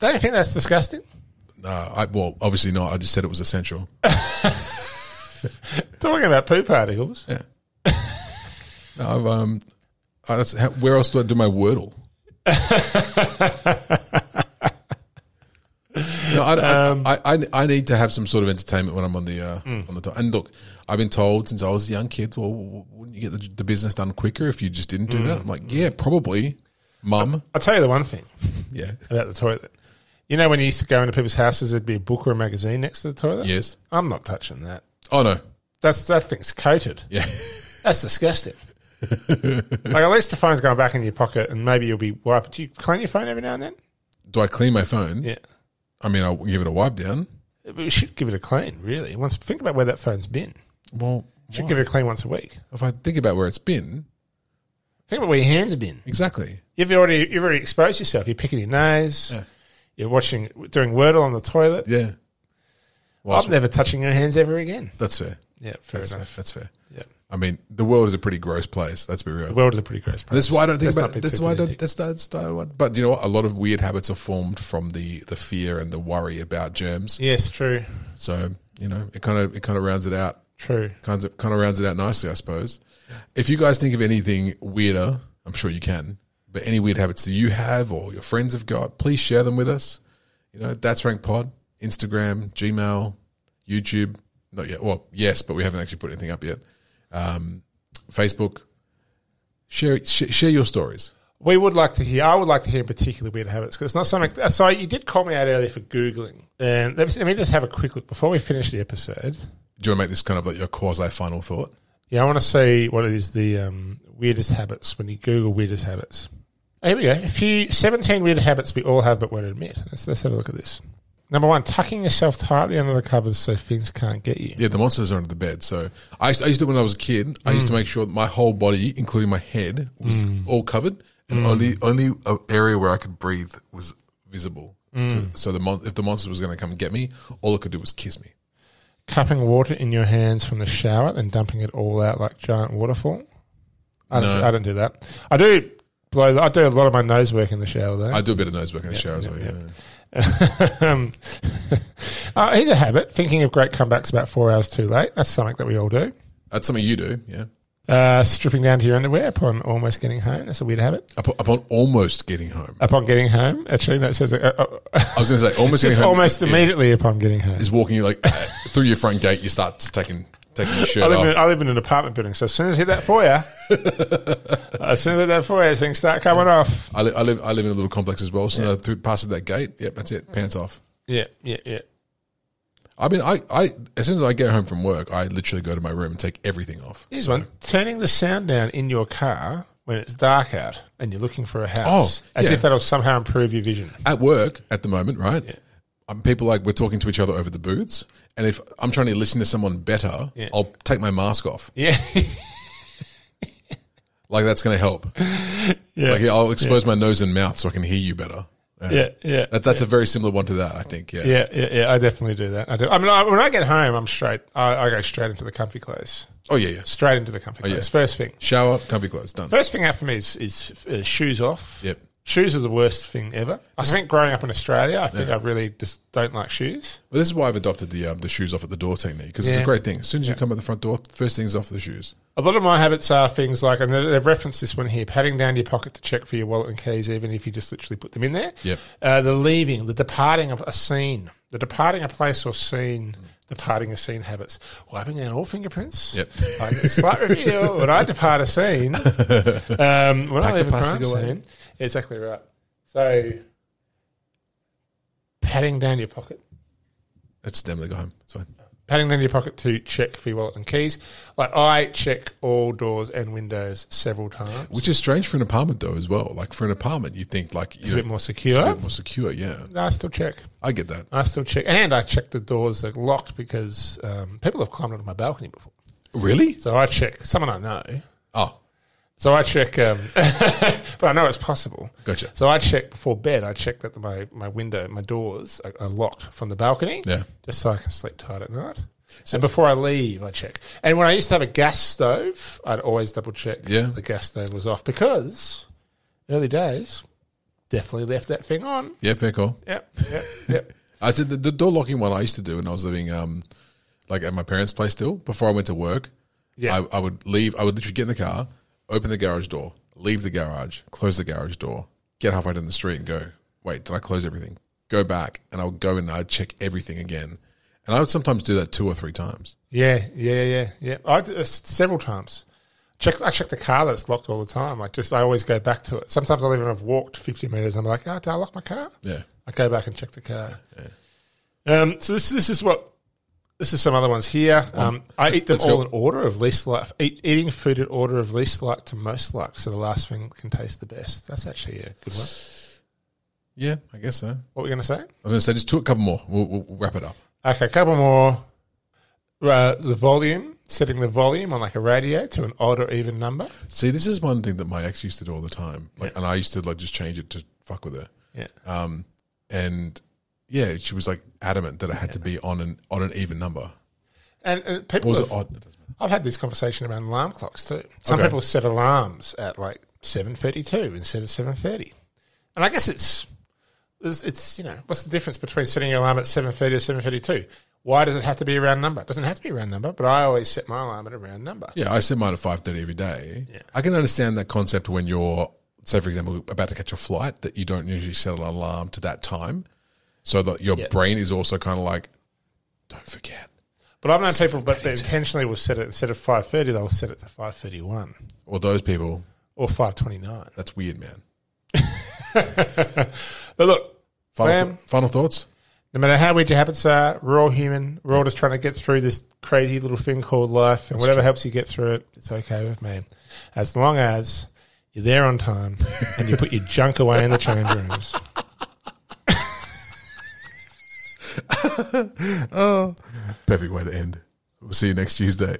Speaker 2: Don't you think that's disgusting?
Speaker 1: No, Uh, I, well, obviously not. I just said it was essential.
Speaker 2: Talking about poo particles.
Speaker 1: Yeah. no, I've, um, uh, that's, how, where else do I do my wordle? no, I, I- I, I, I need to have some sort of entertainment when I'm on the uh, on the top. And look, I've been told since I was a young kid, well, w- wouldn't you get the, the business done quicker if you just didn't do that? I'm like, yeah, probably, mum.
Speaker 2: I'll tell you the one thing.
Speaker 1: Yeah,
Speaker 2: about the toilet. You know when you used to go into people's houses, there'd be a book or a magazine next to the toilet.
Speaker 1: yes.
Speaker 2: I'm not touching that.
Speaker 1: Oh no,
Speaker 2: That's that thing's coated.
Speaker 1: yeah,
Speaker 2: That's disgusting. like at least the phone's going back in your pocket, and maybe you'll be wiped. Do you clean your phone every now and then?
Speaker 1: do I clean my phone?
Speaker 2: Yeah,
Speaker 1: I mean, I'll give it a wipe down.
Speaker 2: we should give it a clean. Really, once think about where that phone's been.
Speaker 1: Well,
Speaker 2: Should
Speaker 1: why?
Speaker 2: give it a clean once a week.
Speaker 1: if I think about where it's been,
Speaker 2: Think about where your hands have been.
Speaker 1: exactly.
Speaker 2: You've already you've already exposed yourself. You're picking your nose.
Speaker 1: Yeah.
Speaker 2: You're watching doing Wordle on the toilet.
Speaker 1: Yeah. Well,
Speaker 2: I'm never touching your hands ever again.
Speaker 1: That's fair.
Speaker 2: Yeah, fair
Speaker 1: That's fair.
Speaker 2: enough.
Speaker 1: That's fair.
Speaker 2: Yeah,
Speaker 1: I mean, the world is a pretty gross place. Let's be real.
Speaker 2: the world is a pretty gross place.
Speaker 1: that's why I don't think
Speaker 2: Let's not
Speaker 1: about.
Speaker 2: be
Speaker 1: It. That's
Speaker 2: too
Speaker 1: why I don't.
Speaker 2: pedantic.
Speaker 1: That's not. That's not what, but you know what? A lot of weird habits are formed from the the fear and the worry about germs.
Speaker 2: Yes, true,
Speaker 1: So you know, it kind of it kind of rounds it out.
Speaker 2: true.
Speaker 1: Kind of kind of rounds it out nicely, I suppose. If you guys think of anything weirder, I'm sure you can. But any weird habits that you have or your friends have got, please share them with us. You know, that's Rank Pod, Instagram, Gmail, YouTube. Not yet. Well, yes, but we haven't actually put anything up yet. Um, Facebook. Share sh- share your stories.
Speaker 2: We would like to hear. I would like to hear in particular weird habits because it's not something. uh, So you did call me out earlier for googling, and let me, let me just have a quick look before we finish the episode.
Speaker 1: Do you want to make this kind of like your quasi final thought?
Speaker 2: Yeah, I want to see what it is the um, weirdest habits when you Google weirdest habits. Oh, Here we go. A few seventeen weird habits we all have but won't admit. Let's let's have a look at this. Number one, tucking yourself tightly under the covers so things can't get you.
Speaker 1: Yeah, the monsters are under the bed. So I used, I used to when I was a kid. I used to make sure that my whole body, including my head, was all covered, and only only a area where I could breathe was visible. So the mon- if the monster was going to come and get me, all it could do was kiss me.
Speaker 2: Cupping water in your hands from the shower, then dumping it all out like giant waterfall. I don't,
Speaker 1: No.
Speaker 2: I don't do that. I do blow. I do a lot of my nose work in the shower though.
Speaker 1: I do a bit of nose work in the shower as well.
Speaker 2: yep,
Speaker 1: Yeah.
Speaker 2: um, uh, here's a habit: thinking of great comebacks about four hours too late. That's something that we all do.
Speaker 1: That's something you do. Yeah,
Speaker 2: Uh, stripping down to your underwear upon almost getting home. That's a weird habit.
Speaker 1: Up- upon almost getting home,
Speaker 2: Upon getting home, actually, no, it says uh, uh,
Speaker 1: I was going to say almost
Speaker 2: just
Speaker 1: getting home
Speaker 2: almost
Speaker 1: is-
Speaker 2: immediately upon getting home.
Speaker 1: uh, is walking like through your front gate. You start taking taking your
Speaker 2: I
Speaker 1: shirt
Speaker 2: live, in,
Speaker 1: off.
Speaker 2: I live in an apartment building, so as soon as I hit that foyer, as soon as I hit that foyer, things start coming off.
Speaker 1: I, li- I live. I live in a little complex as well. So now through past that gate, yep, that's it. Pants off.
Speaker 2: Yeah, yeah, yeah.
Speaker 1: I mean, I, I as soon as I get home from work, I literally go to my room and take everything off.
Speaker 2: Here's one: turning the sound down in your car when it's dark out and you're looking for a house,
Speaker 1: Oh,
Speaker 2: as
Speaker 1: yeah.
Speaker 2: if that'll somehow improve your vision.
Speaker 1: At work, at the moment, right? Um, people like we're talking to each other over the booths, and if I'm trying to listen to someone better, I'll take my mask off.
Speaker 2: Yeah,
Speaker 1: Like that's going to help.
Speaker 2: yeah,
Speaker 1: Like I'll expose my nose and mouth so I can hear you better. Yeah.
Speaker 2: yeah, yeah.
Speaker 1: That, that's a very similar one to that, I think. Yeah.
Speaker 2: Yeah, yeah, yeah. I definitely do that. I do. I mean, I, when I get home, I'm straight. I, I go straight into the comfy clothes.
Speaker 1: Oh yeah, yeah.
Speaker 2: Straight into the comfy clothes.
Speaker 1: yeah.
Speaker 2: First thing.
Speaker 1: Shower, comfy clothes, done.
Speaker 2: First thing out for me is, is uh, shoes off.
Speaker 1: Yep.
Speaker 2: Shoes are the worst thing ever. I think growing up in Australia, I think I really just don't like shoes.
Speaker 1: But this is why I've adopted the um, the shoes off at the door technique because it's a
Speaker 2: Yeah.
Speaker 1: great thing. As soon as you come at the front door, first thing's off the shoes.
Speaker 2: A lot of my habits are things like, and they've referenced this one here, patting down your pocket to check for your wallet and keys, even if you just literally put them in there.
Speaker 1: Yep.
Speaker 2: Uh, the leaving, the departing of a scene, the departing a place or scene, departing a scene habits, wiping out all fingerprints.
Speaker 1: Yep.
Speaker 2: Like a slight reveal when I depart a scene, um, when I
Speaker 1: Pack the
Speaker 2: leave a crime
Speaker 1: plastic away.
Speaker 2: scene, exactly right. So, patting down your pocket,
Speaker 1: It's them. They go home. It's fine.
Speaker 2: patting down your pocket to check for your wallet and keys. Like I check all doors and windows several times.
Speaker 1: Which is strange for an apartment though, as well. Like for an apartment, you think like you
Speaker 2: a
Speaker 1: know,
Speaker 2: bit more secure.
Speaker 1: bit more secure. Yeah,
Speaker 2: No, I still check.
Speaker 1: I get that.
Speaker 2: I still check, and I check the doors that are locked because um, people have climbed onto my balcony before.
Speaker 1: Really?
Speaker 2: So I check someone I know.
Speaker 1: Oh,
Speaker 2: So I check, um, but I know it's possible.
Speaker 1: Gotcha.
Speaker 2: So I check before bed. I check that my, my window, my doors are, are locked from the balcony.
Speaker 1: Yeah.
Speaker 2: Just so I can sleep tight at night. and before I leave, I check. And when I used to have a gas stove, I'd always double check
Speaker 1: Yeah.
Speaker 2: the gas stove was off because early days definitely left that thing on.
Speaker 1: yeah, fair call.
Speaker 2: Yep, yep, yep.
Speaker 1: I said the, the door locking one I used to do when I was living um like at my parents' place still before I went to work.
Speaker 2: Yeah.
Speaker 1: I, I would leave. I would literally get in the car, open the garage door, leave the garage, close the garage door, get halfway down the street, and go. Wait, did I close everything? Go back, and I would go in and I'd check everything again. And I would sometimes do that two or three times.
Speaker 2: Yeah, yeah, yeah, yeah. I did this several times. Check, I check the car that's locked all the time. Like, just I always go back to it. Sometimes I'll even have walked fifty meters. I'm like, oh, did I lock my car?
Speaker 1: Yeah.
Speaker 2: I go back and check the car. Um, so this this is what this is some other ones here. Um, I eat them
Speaker 1: let's
Speaker 2: all
Speaker 1: go.
Speaker 2: in order of least like eat, eating food in order of least like to most like. So the last thing can taste the best. That's actually a good one.
Speaker 1: Yeah, I guess so.
Speaker 2: What were you going to say?
Speaker 1: I was going to say just two, a couple more. We'll, we'll we'll wrap it up.
Speaker 2: Okay, a couple more. Uh, the volume, setting the volume on like a radio to an odd or even number.
Speaker 1: See, this is one thing that my ex used to do all the time, like, and I used to like just change it to fuck with her.
Speaker 2: Yeah.
Speaker 1: Um, and yeah, she was like adamant that it had to be on an on an even number.
Speaker 2: And, and
Speaker 1: Or
Speaker 2: people,
Speaker 1: was
Speaker 2: have-
Speaker 1: it odd? It doesn't matter.
Speaker 2: I've had this conversation around alarm clocks too. Some
Speaker 1: Okay.
Speaker 2: people set alarms at like seven thirty-two instead of seven thirty, and I guess it's it's, it's you know what's the difference between setting your alarm at seven thirty or seven thirty-two? Why does it have to be a round number? It doesn't have to be a round number, but I always set my alarm at a round number.
Speaker 1: Yeah, I set mine at five thirty every day. I can understand that concept when you're, say, for example, about to catch a flight that you don't usually set an alarm to that time, so that your brain is also kind of like, don't forget.
Speaker 2: But I've known people that that intentionally will set it instead of five thirty, they'll set it to five thirty-one
Speaker 1: Or those people,
Speaker 2: or five twenty-nine.
Speaker 1: that's weird, man.
Speaker 2: But look,
Speaker 1: Final,
Speaker 2: Graham?
Speaker 1: th- final thoughts.
Speaker 2: No matter how weird your habits are, we're all human. We're all just trying to get through this crazy little thing called life, and whatever helps you get through it, it's okay with me. As long as you're there on time and you put your junk away in the change rooms.
Speaker 1: Perfect way to end. We'll see you next Tuesday.